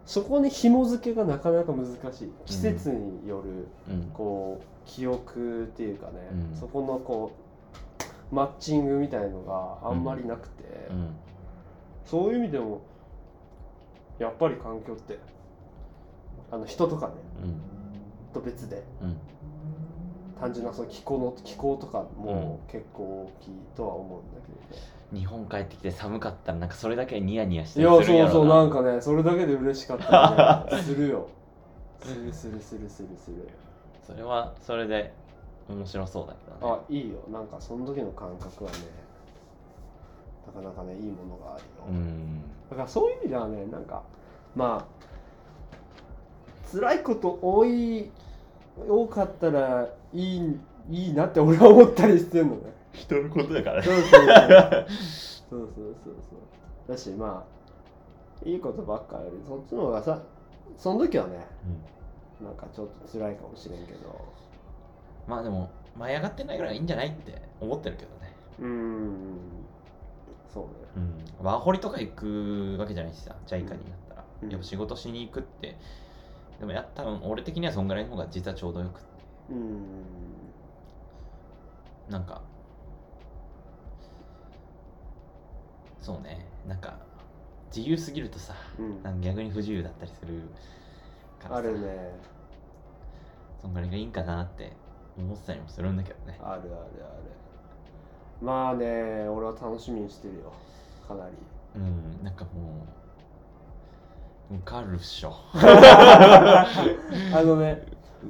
そこに紐付けがなかなか難しい季節によるうんこう記憶っていうかね、うんそこのこうマッチングみたいのがあんまりなくて、うんそういう意味でもやっぱり環境ってあの人とかねうんと別でうん単純なその気候の気候とかも結構大きいとは思うんだけどね、日本帰ってきて寒かったらなんかそれだけニヤニヤしていやそうそうなんかかねそれだけで嬉しかったりねするよするするするするするそれはそれで面白そうだけどあねいいよなんかその時の感覚はねなかなかねいいものがあるよ、うんだからそういう意味ではねなんかまあ辛いこと多い多かったらいいいいなって俺は思ったりしてんのね人のことだからそうそうそう。そうそうそうそう。だしまあいいことばっかよりそっちの方がさその時はねなんかちょっと辛いかもしれんけど。まあでも舞い上がってないぐらいいいんじゃないって思ってるけどねうーん。そうね。うん、ワーホリとか行くわけじゃないしさ、ジャイカになったら。うんやっぱ仕事しに行くって、でもや多分俺的にはそんぐらいの方が実はちょうどよくって。うーん。なんか、そうね、なんか、自由すぎるとさ、うんなんか逆に不自由だったりするからさ、あるね。そんぐらいがいいんかなって思ってたりもするんだけどね。あるあるある。まあね、俺は楽しみにしてるよ。かなり。うん、なんかもう、受かるっし ょ。あのね、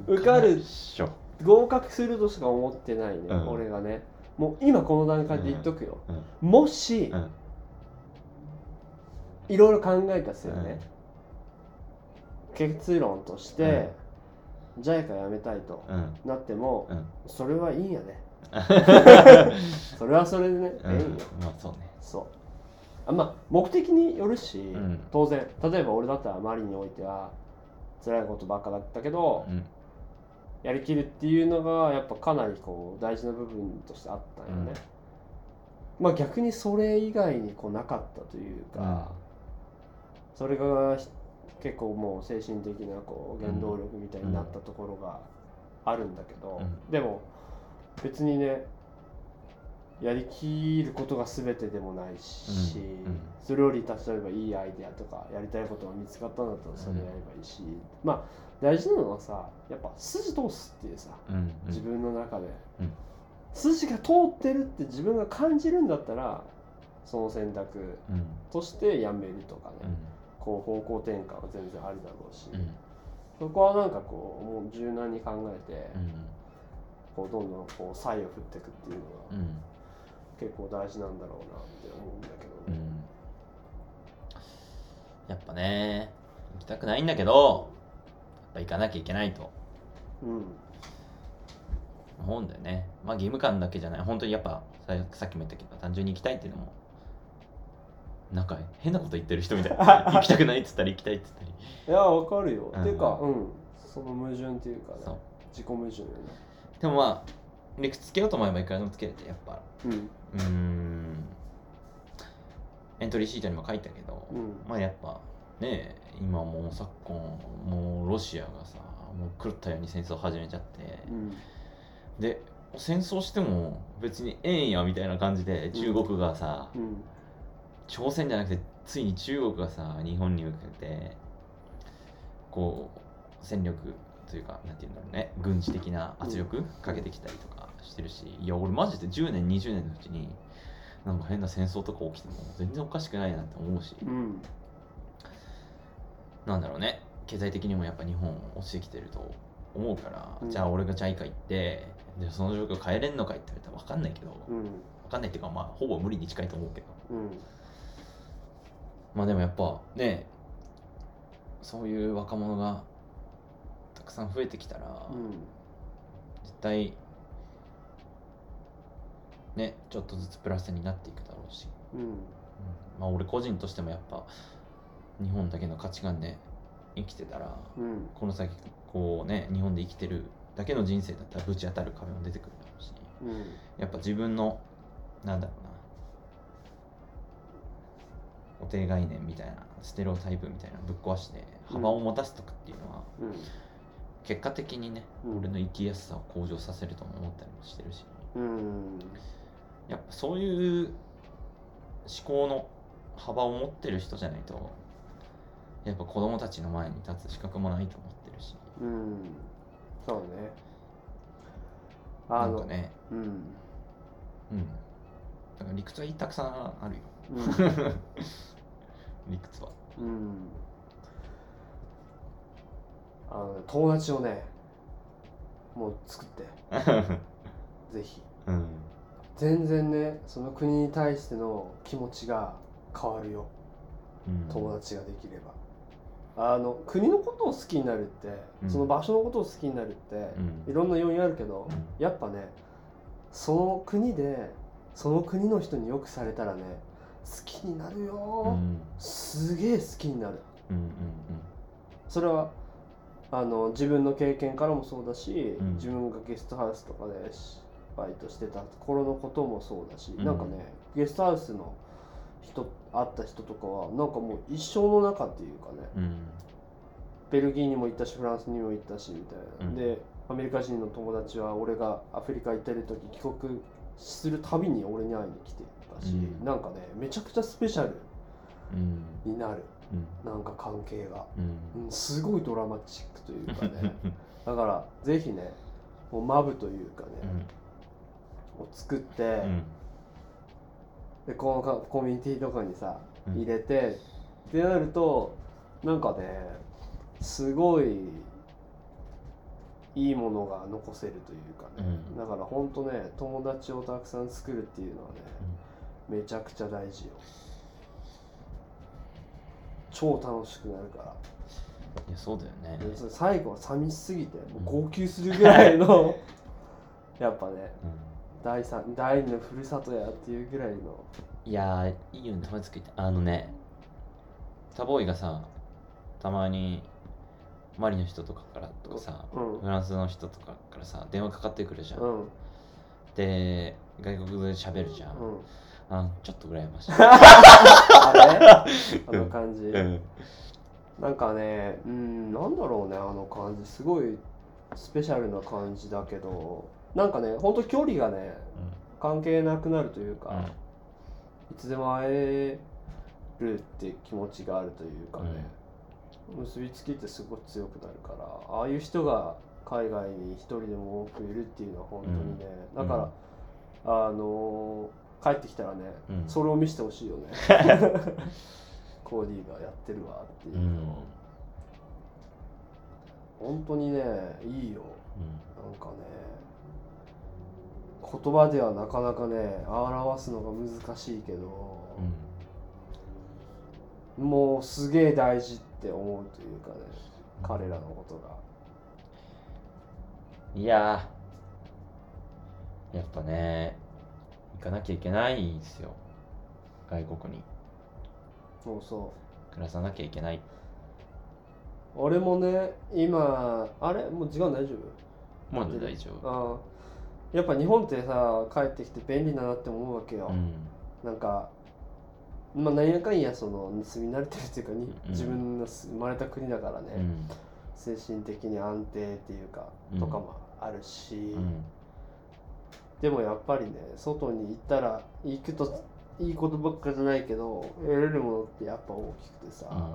受かるっしょ。合格するとしか思ってないね、うん俺がね。もう今この段階で言っとくよ。うんもし、うんいろいろ考えたっすよね、結論として、JICA 辞めたいとうんなっても、うんそれはいいん やねそれはそれでね、うんええんよまあそうね。そうあまあ目的によるし、ん当然例えば俺だったらマリにおいては辛いことばっかだったけど、うんやりきるっていうのがやっぱかなりこう大事な部分としてあったんよね、まあ逆にそれ以外にこうなかったというか、それがひ結構もう精神的なこう原動力みたいになったところがあるんだけど、うんでも別にねやりきることが全てでもないし、うんうんそれより例えばいいアイデアとかやりたいことが見つかったんだったらそれやればいいし、まあ大事なのはさやっぱ筋通すっていうさうん自分の中で、うん筋が通ってるって自分が感じるんだったらその選択うんとしてやめるとかね、うんこう方向転換は全然ありだろうし、うんそこはなんかこうもう柔軟に考えて、うんこうどんどんこう才を振っていくっていうのがうん結構大事なんだろうなって思うんだけうど、ねんやっぱね行きたくないんだけどやっぱ行かなきゃいけないとうん思うんだよねまあ義務感だけじゃない本当にやっぱささっきも言ったけど単純に行きたいっていうのもなんか変なこと言ってる人みたい行きたくないっつったり行きたいっつったりいやわかるよ、うんっていうかうんその矛盾っていうかそうね自己矛盾よねでもまあ理屈つけようと思えばいくらでもつけれてやっぱうんうーんエントリーシートにも書いたけど、うんまあやっぱね今もう昨今もうロシアがさもう狂ったように戦争を始めちゃって、うんで戦争しても別にええんやみたいな感じで中国がさ、うん朝鮮じゃなくてついに中国がさ日本に向けてこう戦力というかなんていうんだろうね軍事的な圧力かけてきたりとかしてるしいや俺マジで10年20年のうちになんか変な戦争とか起きても全然おかしくないなって思うしうんなんだろうね経済的にもやっぱ日本落ちてきてると思うから、うんじゃあ俺が JICA 行ってでその状況変えれんのかいって言われたら分かんないけどうん分かんないっていうかまあほぼ無理に近いと思うけどうんまあでもやっぱねそういう若者がたくさん増えてきたら、うん絶対ねちょっとずつプラスになっていくだろうし、うんうんまあ俺個人としてもやっぱ日本だけの価値観で生きてたら、うんこの先こうね日本で生きてるだけの人生だったらぶち当たる壁も出てくるだろうしうんやっぱ自分のなんだろうな固定概念みたいなステレオタイプみたいなのぶっ壊してうん幅を持たせとくっていうのは、うん結果的にね、うん俺の生きやすさを向上させるとも思ったりもしてるしうんやっぱそういう思考の幅を持ってる人じゃないとやっぱ子供たちの前に立つ資格もないと思ってるしうんそうねあなんのかねうんうんだから理屈はたくさんあるようん 理屈はうんあのね友達をねもう作ってぜひうん全然ねその国に対しての気持ちが変わるようん友達ができれば、あの国のことを好きになるって、うんその場所のことを好きになるって、うんいろんな要因あるけど、やっぱねその国でその国の人によくされたらね好きになるうんうよ、んすげえ好きになるうんうんそれはあの自分の経験からもそうだし、うん自分がゲストハウスとかでしバイトしてた頃のこともそうだし、うんなんかねゲストハウスの人会った人とかはなんかもう一生の中っていうかねうんベルギーにも行ったしフランスにも行ったしみたいな、うんでアメリカ人の友達は俺がアフリカ行ってる時帰国するたびに俺に会いに来てたし、うんなんかねめちゃくちゃスペシャルうんになるうんなんか関係が、うんうん、すごいドラマチックというか ねだからぜひねもうマブというかね、を作って、うんでこのかコミュニティとかにさうん入れて、ってなるとなんかねすごいいいものが残せるというかね、うんだからほんとね友達をたくさん作るっていうのはね、めちゃくちゃ大事よ超楽しくなるからいやそうだよねでそれ最後は寂しすぎてもう号泣するぐらいの やっぱね第三第二のふるさとやっていうぐらいのいやーいいよね友達作りたいあのねタボーイがさたまにマリの人とかからとかさうんフランスの人とかからさ電話かかってくるじゃん、うんで外国語で喋るじゃん、うんあちょっと羨ましい、あ れあの感じ。うんなんかね、うん、なんだろうね、あの感じ。すごいスペシャルな感じだけど、なんかね、ほんと距離がね、関係なくなるというか、うんいつでも会えるって気持ちがあるというかね、結びつきってすごく強くなるからああいう人が海外に一人でも多くいるっていうのは本当にね、うんだから、あのー帰ってきたらね、うんそれを見せてほしい よねコーディがやってるわっていううのんを、本当にねいいようんなんかね言葉ではなかなかね表すのが難しいけど、うんもうすげえ大事って思うというかね彼らのことがいやーやっぱね行かなきゃいけないんですよ外国にそうそ暮らさなきゃいけないう俺もね今あれもう時間大丈もう大丈夫夫ああやっぱ日本ってさ帰ってきて便利だなって思うわけよ、うんなんかまあ何やかんやその住み慣れてるっていうかに、うん自分の生まれた国だからね、うん精神的に安定っていうか、うんとかもあるし、うんでもやっぱりね外に行ったら行くといいことばっかじゃないけど得れるものってやっぱ大きくてさ、うん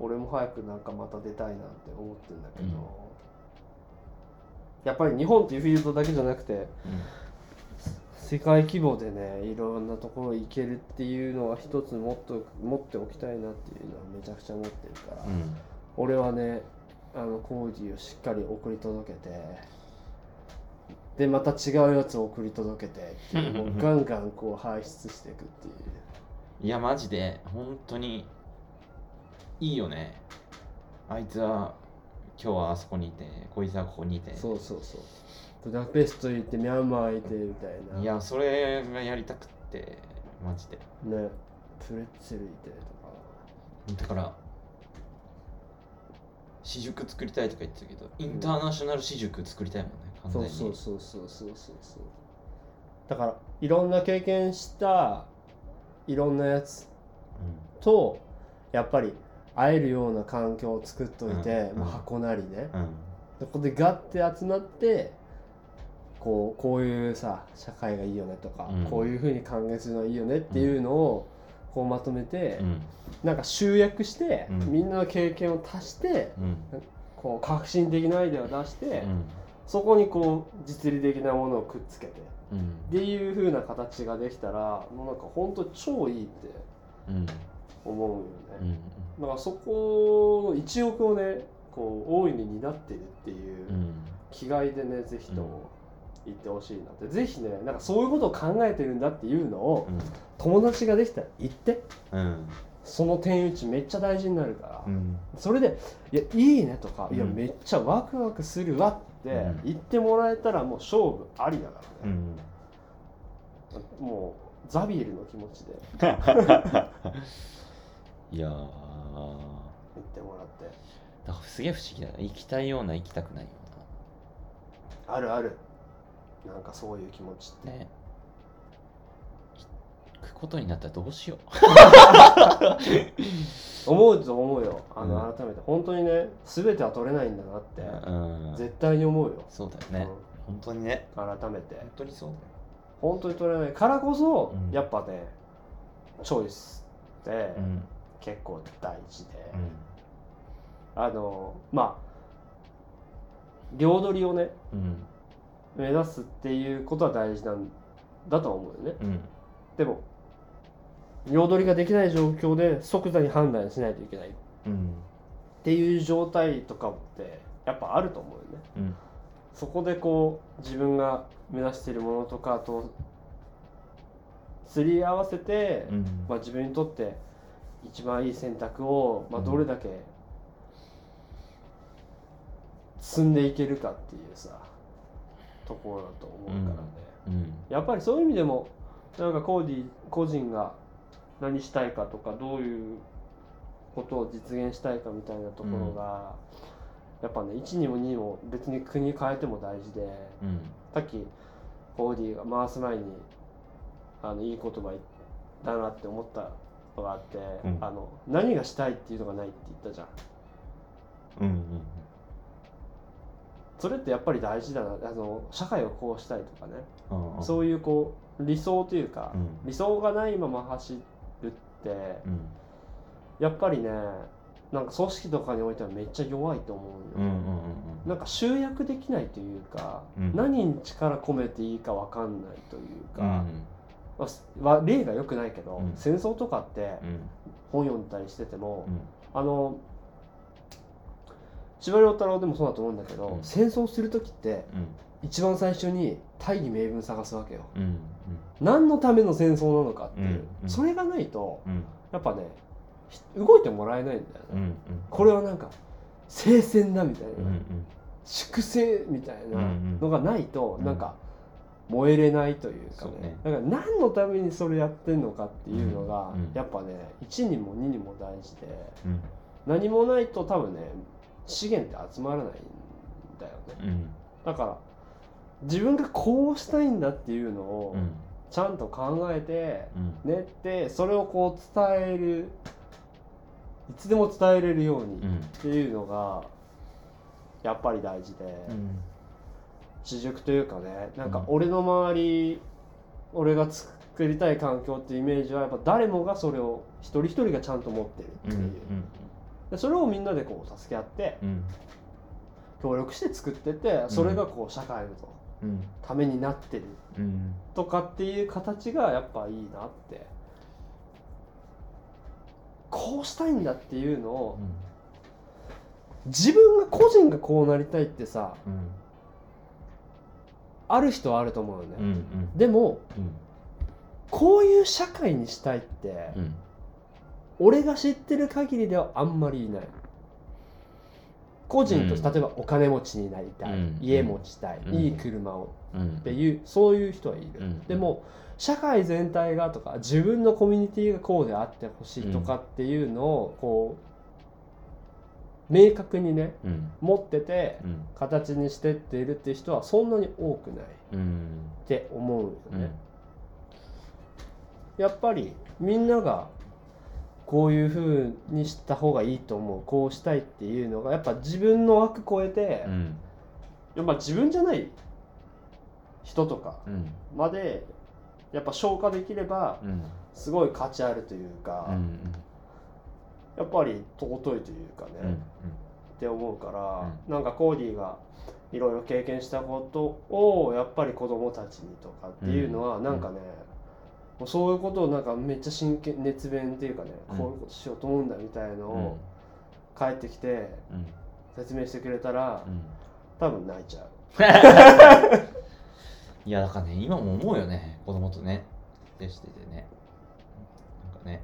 俺も早くなんかまた出たいなって思ってんだけど、やっぱり日本っていうフィールドだけじゃなくて世界規模でねいろんなところ行けるっていうのは一つ持っと持っておきたいなっていうのはめちゃくちゃ持ってるから、うん俺はねあのコーディをしっかり送り届けてでまた違うやつを送り届けてっ ていうもうガンガンこう排出していくっていういやマジで本当にいいよねあいつは今日はあそこにいてこいつはここにいてそうそうそうブダペスト行ってミャンマー行ってみたいないやそれがやりたくってマジでねプレッツェルいてとかだから私塾作りたいとか言ってたけどインターナショナル私塾作りたいもんね完全そうにそうそうそうそうそうそうだからいろんな経験したいろんなやつとやっぱり会えるような環境を作っといて、うんまあ、箱なりね、うん、うんそこでガッて集まってこうこういうさ社会がいいよねとか、うんこういうふうに歓迎するのはいいよねっていうのをこうまとめて、うんなんか集約して、うんみんなの経験を足してうんこう革新的なアイデアを出して、うんそこにこう実利的なものをくっつけてっうんていうふうな形ができたらもうなんかほんと超いいってうん思うよね。うんだからそこの一翼をねこう大いに担ってるっていう。うん気概でねぜひとも行ってほしいなって、ぜひねなんかそういうことを考えてるんだっていうのを友達ができたら行ってうんその点打ちめっちゃ大事になるから、うんそれで「いやいいね」とか「うんいやめっちゃワクワクするわ」ってうん言ってもらえたらもう勝負ありだからうね、んもうザビエルの気持ちでいやー行ってもらってだからすげえ不思議だな行きたいような行きたくないよあるあるなんかそういう気持ちっうなて、ね行くことになったらどうしよ思うと思うよあのう改めて、本当にね全ては取れないんだなっう、て、うん、絶対に思うよ、そうだよねうん本当にね改めて本当にそうだよ本当に取れないからこそ、うんやっぱねチョイスってうん結構大事で、うんあのまあ両取りをねうん目指すっていうことは大事なんだとは思うよねうんでも両取りができない状況で即座に判断しないといけないっうんていう状態とかってやっぱあると思うよねうんそこでこう自分が目指しているものとかとすり合わせて、うんまあ、自分にとって一番いい選択を、まあ、うんどれだけ積んでいけるかっていうさところだと思うからね、うんやっぱりそういう意味でもなんかコーディ個人が何したいかとかどういうことを実現したいかみたいなところが、やっぱね1にも2にも別に国変えても大事でうんさっきコーディが回す前にあのいい言葉だなって思ったのがあって、うんあの何がしたいっていうのがないって言ったじゃうんんそれってやっぱり大事だなあの社会をこうしたいとかねうんうんそういうこう理想というか、うん理想がないまま走るってうんやっぱりねなんか組織とかにおいてはめっちゃ弱いと思ううんうよ、んうんうんなんか集約できないというか、うん何に力込めていいか分かんないというか、うんまあすわ例が良くないけど、うん戦争とかってうん本読んだりしてても、うんあの司馬遼太郎でもそうだと思うんだけど、うん戦争する時ってうん一番最初に大義名分探すわけようん何のための戦争なのかっていう、うんうんそれがないとうんやっぱねひ動いてもらえないんだよね、うんうんこれはなんか聖戦だみたいな、うんうん粛清みたいなのがないと、うんなんか燃えれないというかねそうねだから何のためにそれやってんのかっていうのが、うんうんやっぱね1にも2にも大事でうん何もないと多分ね資源って集まらないんだよねうんだから自分がこうしたいんだっていうのをうんちゃんと考えてうん練ってそれをこう伝えるいつでも伝えれるようにうんっていうのがやっぱり大事で、うん私塾というかねなんうかん俺の周り、俺が作りたい環境っていうイメージはやっぱ誰もがそれを一人一人がちゃんと持ってるっていう、でそれをみんなでこう助け合ってうん協力して作っててそれがこう社会のうんためになってるうんとかっていう形がやっぱいいなってこうしたいんだっていうのを自分が個人がこうなりたいってさうんある人はあると思うよね、うんうんでもうんこういう社会にしたいって、うん俺が知ってる限りではあんまりいない個人としうて例えばお金持ちになりたい、うん家持ちたい、うんいい車をうんっていうそういう人はいる、うんでも社会全体がとか自分のコミュニティがこうであってほしいとかっていうのをこう明確にねうん持っててうん形にしてっているっていう人はそんなに多くないっうんて思うよね、うんやっぱりみんながこういう風にした方がいいと思うこうしたいっていうのがやっぱ自分の枠超えて、うんやっぱ自分じゃない人とかうんまでやっぱ消化できればうんすごい価値あるというか、うんやっぱり尊いというかね、うんって思うから、なんかコーディがいろいろ経験したことをやっぱり子供たちにとかっていうのはうんなんかね、もうそういうことをなんかめっちゃ真剣熱弁っていうかね、うんこういうことしようと思うんだみたいのを帰ってきてうんうん説明してくれたらうん多分泣いちゃう。いやだからね今も思うよね子供とね接しててねなんかね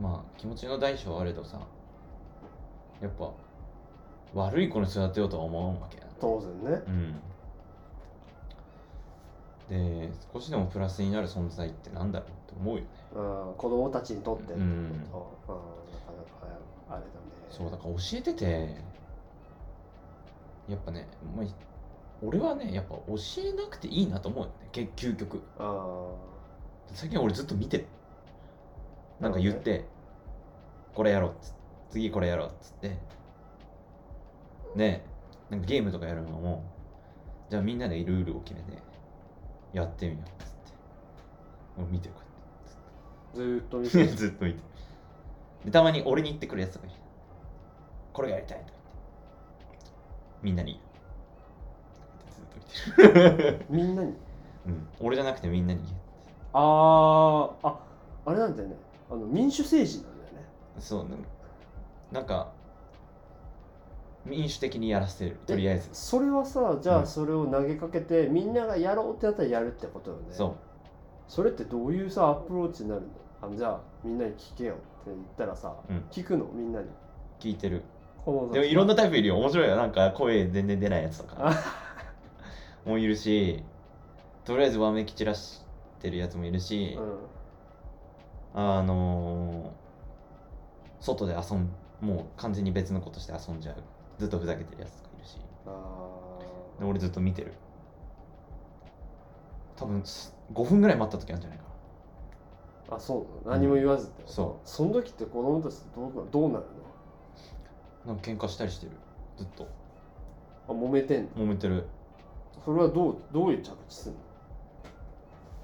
まあ気持ちの大小あれどさやっぱ悪い子に育てようとは思うわけや当然ね。うんで少しでもプラスになる存在ってなんだろうって思うよねうん、子供たちにとってってこと、うんうん、なかなかあれだね。そうだから教えててやっぱね、まあ、俺はねやっぱ教えなくていいなと思うよね結究極あ最近俺ずっと見てるなんか言って、これやろうっつって次これやろうっつってでなんかゲームとかやるのもじゃあみんなでルールを決めてやってみようっつって俺見てるこーずーっと見うや てってずっと見てるでたまに俺に言ってくるやつとかいるこれがやりたいとか言ってみんなにずっと見てる、みんなにうん、俺じゃなくてみんなに言うああああれなんだよねあの民主政治なんだよねそうねなんか民主的にやらせるとりあえずそれはさじうゃあんそれを投げかけて、みんながやろうってなったらやるってことよねそそれってどういうさアプローチになるのあのじゃあみんなに聞けよって言ったらさ、うん聞くのみんなにう聞いてるこのでもいろんなタイプいるよ面白いよなんか声全然出ないやつと かもいるしとりあえずわめき散らしてるやつもいるし、うあのー外で遊んもう完全に別のことして遊んじゃうずっとふざけてるやつとかいるしん、あで俺ずっと見てる多分5分ぐらい待った時あるんじゃないかなーあそうなの何も言わずってことそうその時って子供たちってどうなどうなるなのんか喧嘩したりしてるずっとあ揉めてん揉のめてるそれはどうどういう着地するの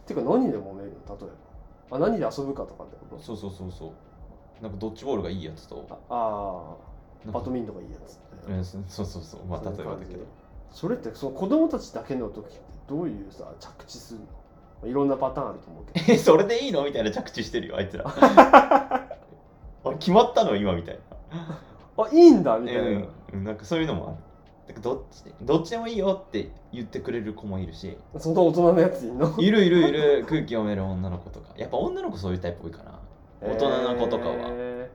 てか何で揉めるの例えばあ何で遊ぶかとかってことそうそうそうそうなんかドッジボールがいいやつとあなあーんかバドミントンがいいやつみたいなえーそそうそうそうまあそういう例えばだけ感どじそれってその子供たちだけの時ってどういうさ着地するのまあいろんなパターンあると思うけど えそれでいいのみたいな着地してるよあいつらあ決まったの今みたいあいいんだみな、たいな、うんうん、なんかそういうのもあるだからどっちでどっちでもいいよって言ってくれる子もいる しそんな大人のやついんのいるいるいる空気読める女の子とかやっぱ女の子そういうタイプ多いかな 大人の子とかはえ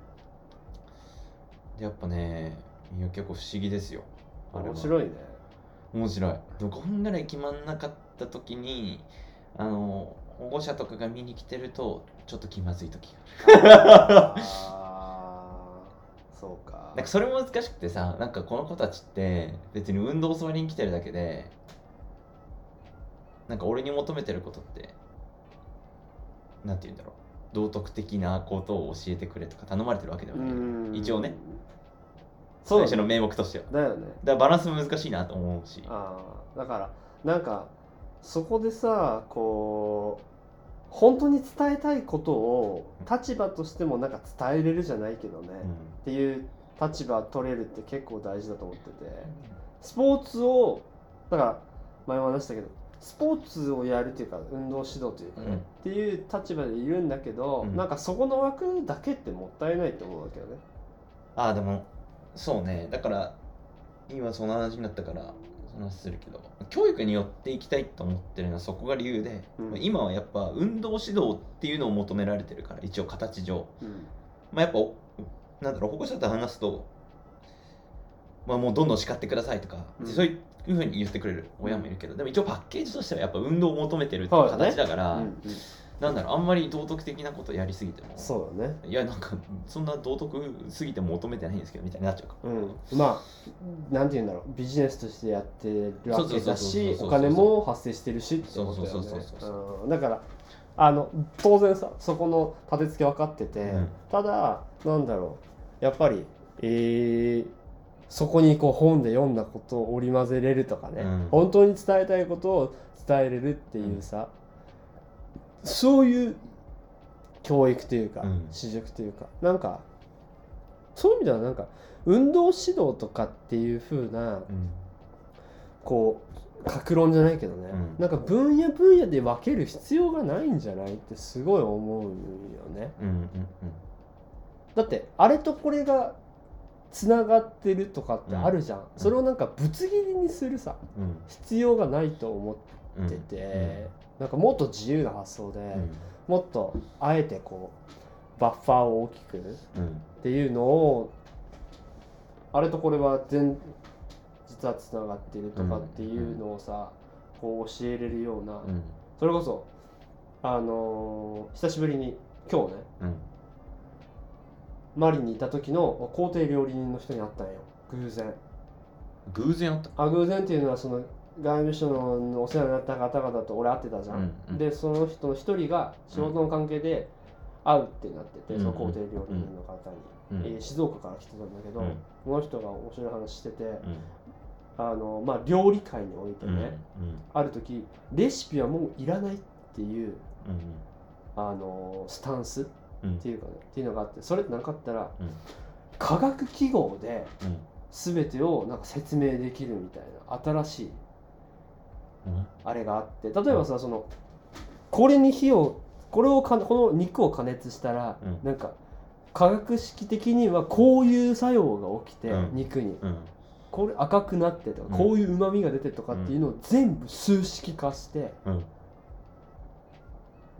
でやっぱねいや結構不思議ですよーあれは面白いね面白いでもこんぐらい決まんなかった時にあの保護者とかが見に来てるとちょっと気まずい時があーそうかなんかそれも難しくてさなんかこの子たちって別に運動教わりに来てるだけでなんか俺に求めてることってなんて言うんだろう道徳的なことを教えてくれとか頼まれてるわけではない、うん一応ねそ最うだ初ねの名目としてはだよねだからバランス難しいなと思うしあーだからなんかそこでさこう本当に伝えたいことを立場としてもなんか伝えれるじゃないけどね、うっんていう立場取れるって結構大事だと思っててスポーツをだから前も話したけどスポーツをやるっていうか運動指導というかね、うんっていう立場でいるんだけど、うんなんかそこの枠だけってもったいないと思うわけよね。ああでもそうねだから今その話になったからその話するけど教育によっていきたいと思ってるのはそこが理由で、うん今はやっぱ運動指導っていうのを求められてるから一応形上、うんまあ、やっぱおなんだろう保護者と話すと、まあ、もうどんどん叱ってくださいとか、うんそういうふうに言ってくれる親もいるけど、でも一応パッケージとしてはやっぱ運動を求めてるっていう形だから、うんうんなんだろうあんまり道徳的なことやりすぎてもそうだね。いやなんかそんな道徳すぎても求めてないんですけどみたいになっちゃうから。うん、まあなんて言うんだろうビジネスとしてやってるわけそうだしそうそうそうそうお金も発生してるしってことだよそうそうそうそうねうんだからあの当然さそこの立て付け分かってて、うんただなんだろうやっぱり、えーそこにこう本で読んだことを織り交ぜれるとかね、うん本当に伝えたいことを伝えれるっていうさ、そういう教育というか、うん私塾というかなんかそういう意味ではなんか運動指導とかっていう風なうんこう格論じゃないけどね、うんなんか分野分野で分ける必要がないんじゃないってすごい思うよねうんうんだってあれとこれがつながってるとかってあるじゃん、それをなんかぶつ切りにするさうんうん必要がないと思うんってて、なんかもっと自由な発想で、うんもっとあえてこうバッファーを大きくうんっていうのをあれとこれは全実はつながっているとかっていうのをさ、こう教えれるような、うんそれこそあのー久しぶりに今日ねうんマリにいた時の皇帝料理人の人に会ったんよ偶然偶然あったあ偶然っていうのはその外務省のお世話になった方々と俺会ってたじゃん、うんでその人の一人が仕事の関係で会うってなってて、うんその皇帝料理人の方に、うんえー静岡から来てたんだけど、うんこの人が面白い話しててうんあの、まあ、料理界においてうね、んうんある時レシピはもういらないっていううんあのスタンスっうんていうか、ね、っていうのがあってそれってなかったら、うん科学記号でうん全てをなんか説明できるみたいな新しいうんあれがあって例えばさそのこれに火をこれをかこの肉を加熱したら、うんなんか科学式的にはこういう作用が起きて、うん肉にうんこれ赤くなってとか、うんこういううまみが出てとかっていうのを全部数式化して、うん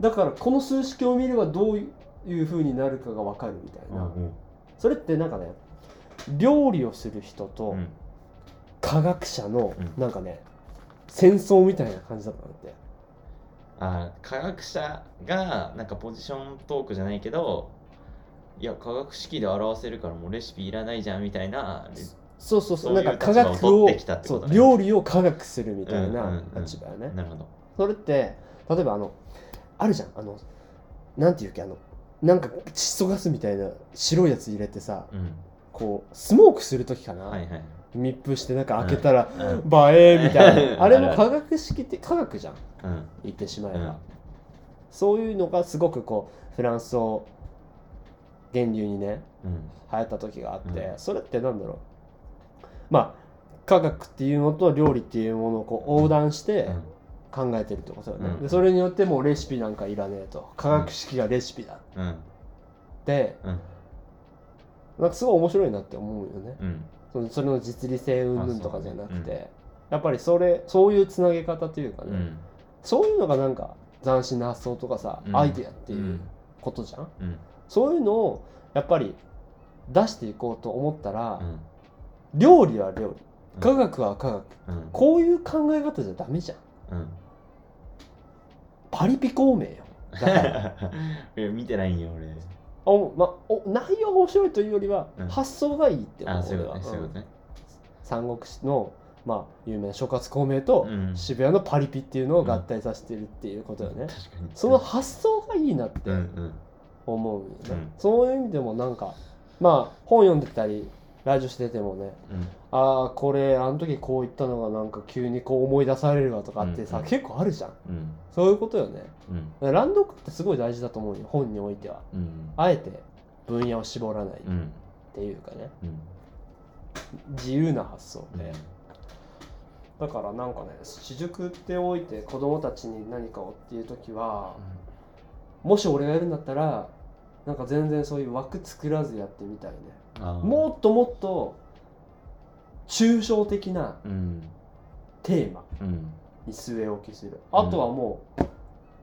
だからこの数式を見ればどういう風になるかが分かるみたいな、うんそれってなんかね料理をする人とうん科学者のうんなんかね、戦争みたいな感じだったんだってあ科学者がなんかポジショントークじゃないけどいや科学式で表せるからもうレシピいらないじゃんみたいなそうそうそそうういなうんか科学を立場を取ってきたってそことうね料理を科学するみたいうんなうんうん立場よね、なるほどそれって例えばあのあるじゃんあのなんていうっけあのなんか窒素ガスみたいな白いやつ入れてさうんこうスモークする時かな、はいはい。密封してなんか開けたらうん「映え」みたいなあれあもる科学式って科学じゃんうん。言ってしまえば、うんそういうのがすごくこうフランスを源流にねうん。流行った時があって、うそれってなんだろうまあ科学っていうのと料理っていうものをこう横断してうん考えてるってことだよね、うんでそれによってもうレシピなんかいらねえと科学式がレシピだうん。って、うん。なんかすごい面白いなって思うよねうん。そのそれの実利性云々とかじゃなくあそうて、ねやっぱりそれそういうつなげ方というかね、うん。そういうのがなんか斬新な発想とかさ、うんアイディアってういうんことじゃん、うん。そういうのをやっぱり出していこうと思ったら、うん。料理は料うん理科学は科学うん。こういう考え方じゃダメじゃんうん。パリピ孔明よだから いや見てないんよ俺。お、ま、お内容が面白いというよりは、うん発想がいいって思あうそういう俺ことねそはういうことね。三国志の、まあ、有名な諸葛孔明と、うん。渋谷のパリピっていうのを合体させてるっていうことだよね、確かに。その発想がいいなってうんうん思うよね、うんそういう意味でもなんかまあ本読んでたりラジオしててもねうん。ああこれあの時こう言ったのがなんか急にこう思い出されるわとかってさ、うんうん結構あるじゃんうん。そういうことよねうん。ランドックってすごい大事だと思うよ本においてはうん。あえて分野を絞らないっうん。ていうかね、うん。自由な発想うんで、だからなんかね私塾っておいて子供たちに何かをっていう時はもし俺がやるんだったらなんか全然そういう枠作らずやってみたいねあーもっともっと抽象的なうん。テーマうん。に据え置きするあとはもう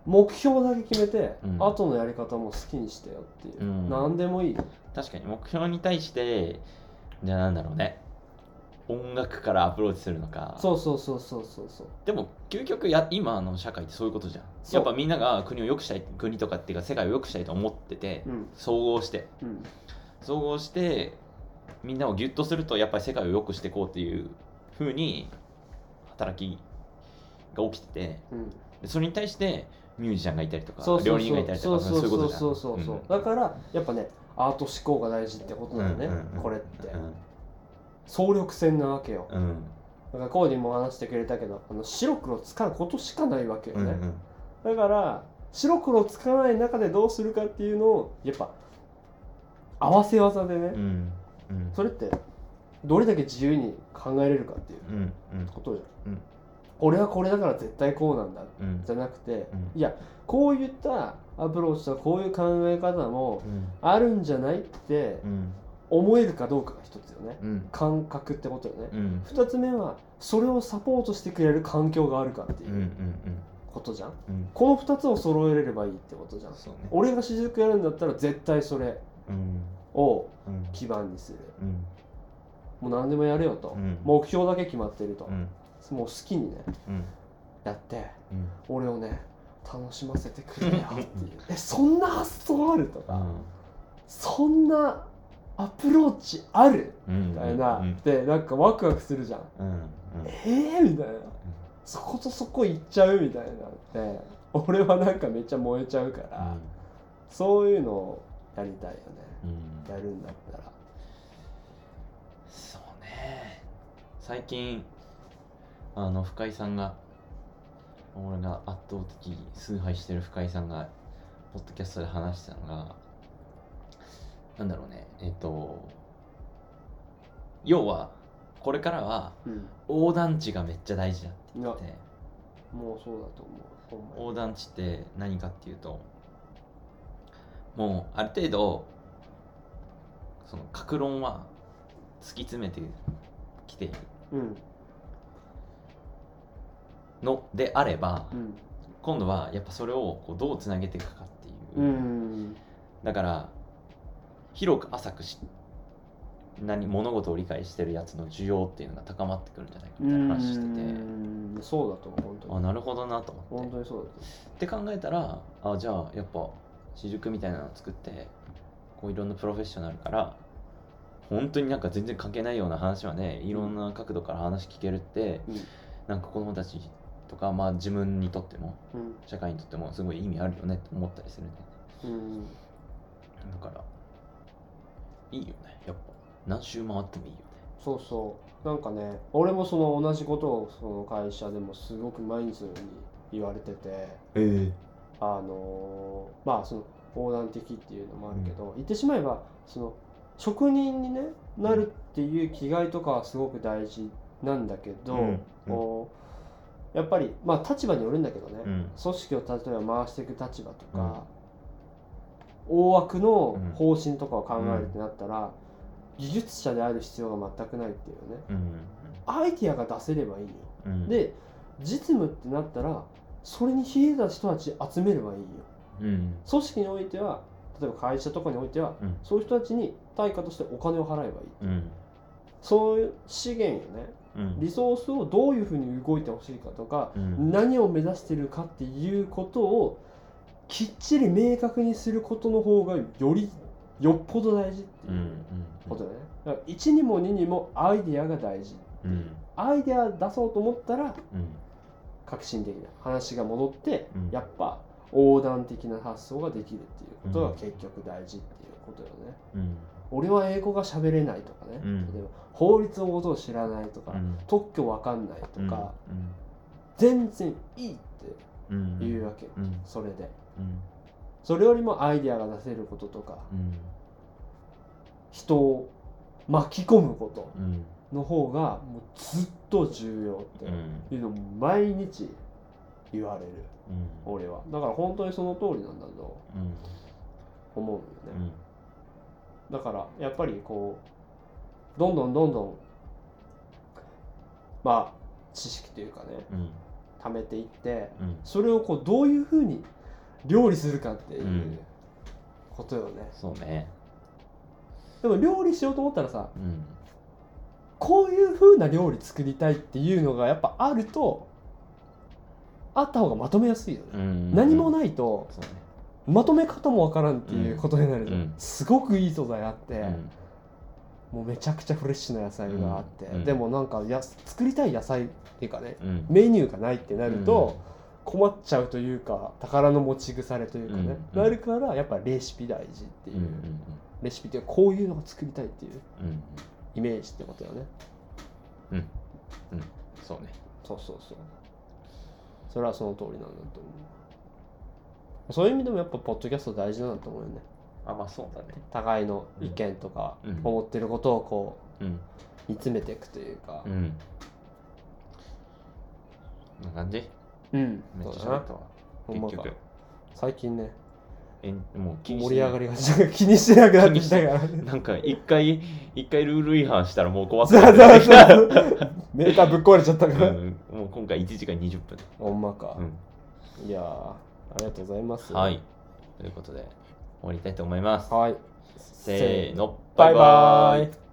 目標だけ決めて、うん後のやり方も好きにしてよっていう、うん何でもいい確かに目標に対してじゃあなんだろうね音楽からアプローチするのかそうそうそうそうそうそうでも究極や今の社会ってそういうことじゃんそやうっぱみんなが国を良くしたい国とかっていうか世界を良くしたいと思っててうん総合してうん総合してみんなをギュッとするとやっぱり世界を良くしていこうっていうふうに働きが起きててうんでそれに対してミュージシャンがいたりとかそうそ料う理人がいたりとかそうそういうこそとうじゃんそうそうそうだからやっぱねアート思考が大事ってことなんだよね、これって、総力戦なわけよ、うんうんだからコーディも話してくれたけどあの白黒つかうことしかないわけようんね、うんだから白黒つかない中でどうするかっていうのをやっぱ合わせ技でね、うんうんそれってどれだけ自由に考えれるかっていううんうんことじゃん、うん俺はこれだから絶対こうなんだうんじゃなくて、ういやこういったアプローチとかこういう考え方もうんあるんじゃないってうん思えるかどうかが一つよねうん感覚ってことよね、うん二つ目はそれをサポートしてくれる環境があるかってういんうんうことじゃん、うんうんこの2つを揃えれればいいってことじゃんそうね俺が私塾やるんだったら絶対それうんをうん基盤にするうんもう何でもやれよと、うん目標だけ決まってるとう、んもう好きにねうんやってうん俺をね楽しませてくれよっていうえそんな発想あるとか、そんなアプローチあるうんみたいな、うんでなんかワクワクするじゃんうんえー、みたいなそことそこ行っちゃうみたいなって俺はなんかめっちゃ燃えちゃうから、そういうのをやりたいよねうんやるんだったらそうね最近あの深井さんが俺が圧倒的崇拝してる深井さんがポッドキャストで話してたのがなんだろうねえっと要はこれからはうん横断地がめっちゃ大事だっていや言ってもうそうだと思うほんまに横断地って何かっていうともうある程度その格論は突き詰めてきているうんのであればうん今度はやっぱそれをこうどうつなげていくかっていうう、んだから広く浅くし何物事を理解してるやつの需要っていうのが高まってくるんじゃないかみたいな話しててうんそうだと思う本当あになるほどなと思って本当にそうだとって考えたらあじゃあやっぱ私塾みたいなのを作ってこういろんなプロフェッショナルから本当になんか全然関係ないような話はねいろんな角度から話聞けるって、うんなんか子供たちとか、まあ、自分にとっても思う社会にとってもすごい意味あるよねって思ったりするねうんうんだからいいよねやっぱ何周回ってもいいよねそうそうなんかね俺もその同じことをその会社でもすごく毎日のように言われててええあのーまあその横断的っていうのもあるけど、言ってしまえばその職人に、ね、なるっていう気概とかはすごく大事なんだけど、うんこうやっぱりまあ立場によるんだけどね、うん組織を例えば回していく立場とか、大枠の方針とかを考えるってなったら、技術者である必要が全くないっていうねうんアイディアが出せればいいよ、うんで実務ってなったらそれに秀でた人たち集めればいいようん組織においては例えば会社とかにおいては、うんそういう人たちに対価としてお金を払えばいいうんそういう資源よねうんリソースをどういうふうに動いてほしいかとか、うん何を目指してるかっていうことをきっちり明確にすることの方がよりよっぽど大事ってういうんことだよね、だから1にも2にもアイディアが大事うんアイディア出そうと思ったらうん革新的な話が戻って、うんやっぱ横断的な発想ができるっていうことが結局大事っていうことよね、うん俺は英語が喋れないとかね、うん例えば法律のことを知らないとか、うん特許わかんないとか、うん全然いいっうんていうわけ、うんそれでうんそれよりもアイデアが出せることとかうん人を巻き込むことうんの方がもうずっと重要うっんていうのを毎日言われるうん俺はだから本当にその通りなんだとうん思うよね、うんだからやっぱりこうどんどんどんどんまあ知識というかねうん貯めていってうんそれをこうどういうふうに料理するかっていううんことよね、そうねでも料理しようと思ったらさうんこういうふうな料理作りたいっていうのがやっぱあるとあった方がまとめやすいよね、うん何もないとそうねまとめ方もわからんっていうことになるじゃん、うんすごくいい素材あって、うんもうめちゃくちゃフレッシュな野菜があって、うんうんでもなんかや作りたい野菜っていうかねうんメニューがないってなると困っちゃうというか宝の持ち腐れというかね、うんうんなるからやっぱレシピ大事っていうう、んうんレシピっていうかこういうのが作りたいっていううんうんイメージってことよねそうねそうそうそうそれはその通りなんだと思うそういう意味でもやっぱポッドキャスト大事なんだと思うよねあまあそうだね互いの意見とかうん思ってることをこうんう煮詰めていくというかうんこんな感じうん、めっそうちゃだ喋なったわほんま結か局最近ねえんもう気に盛しりて上がりが気にしてなくなってきたから なんか一回一回ルール違反したらもう怖くそうなそってうきたそう。メーターぶっ壊れちゃった かうら。んもう今回1時間20分ほんまかう。んいやーありがとうございます。は。いということで終わりたいと思いますはい。せーのバイバーイ。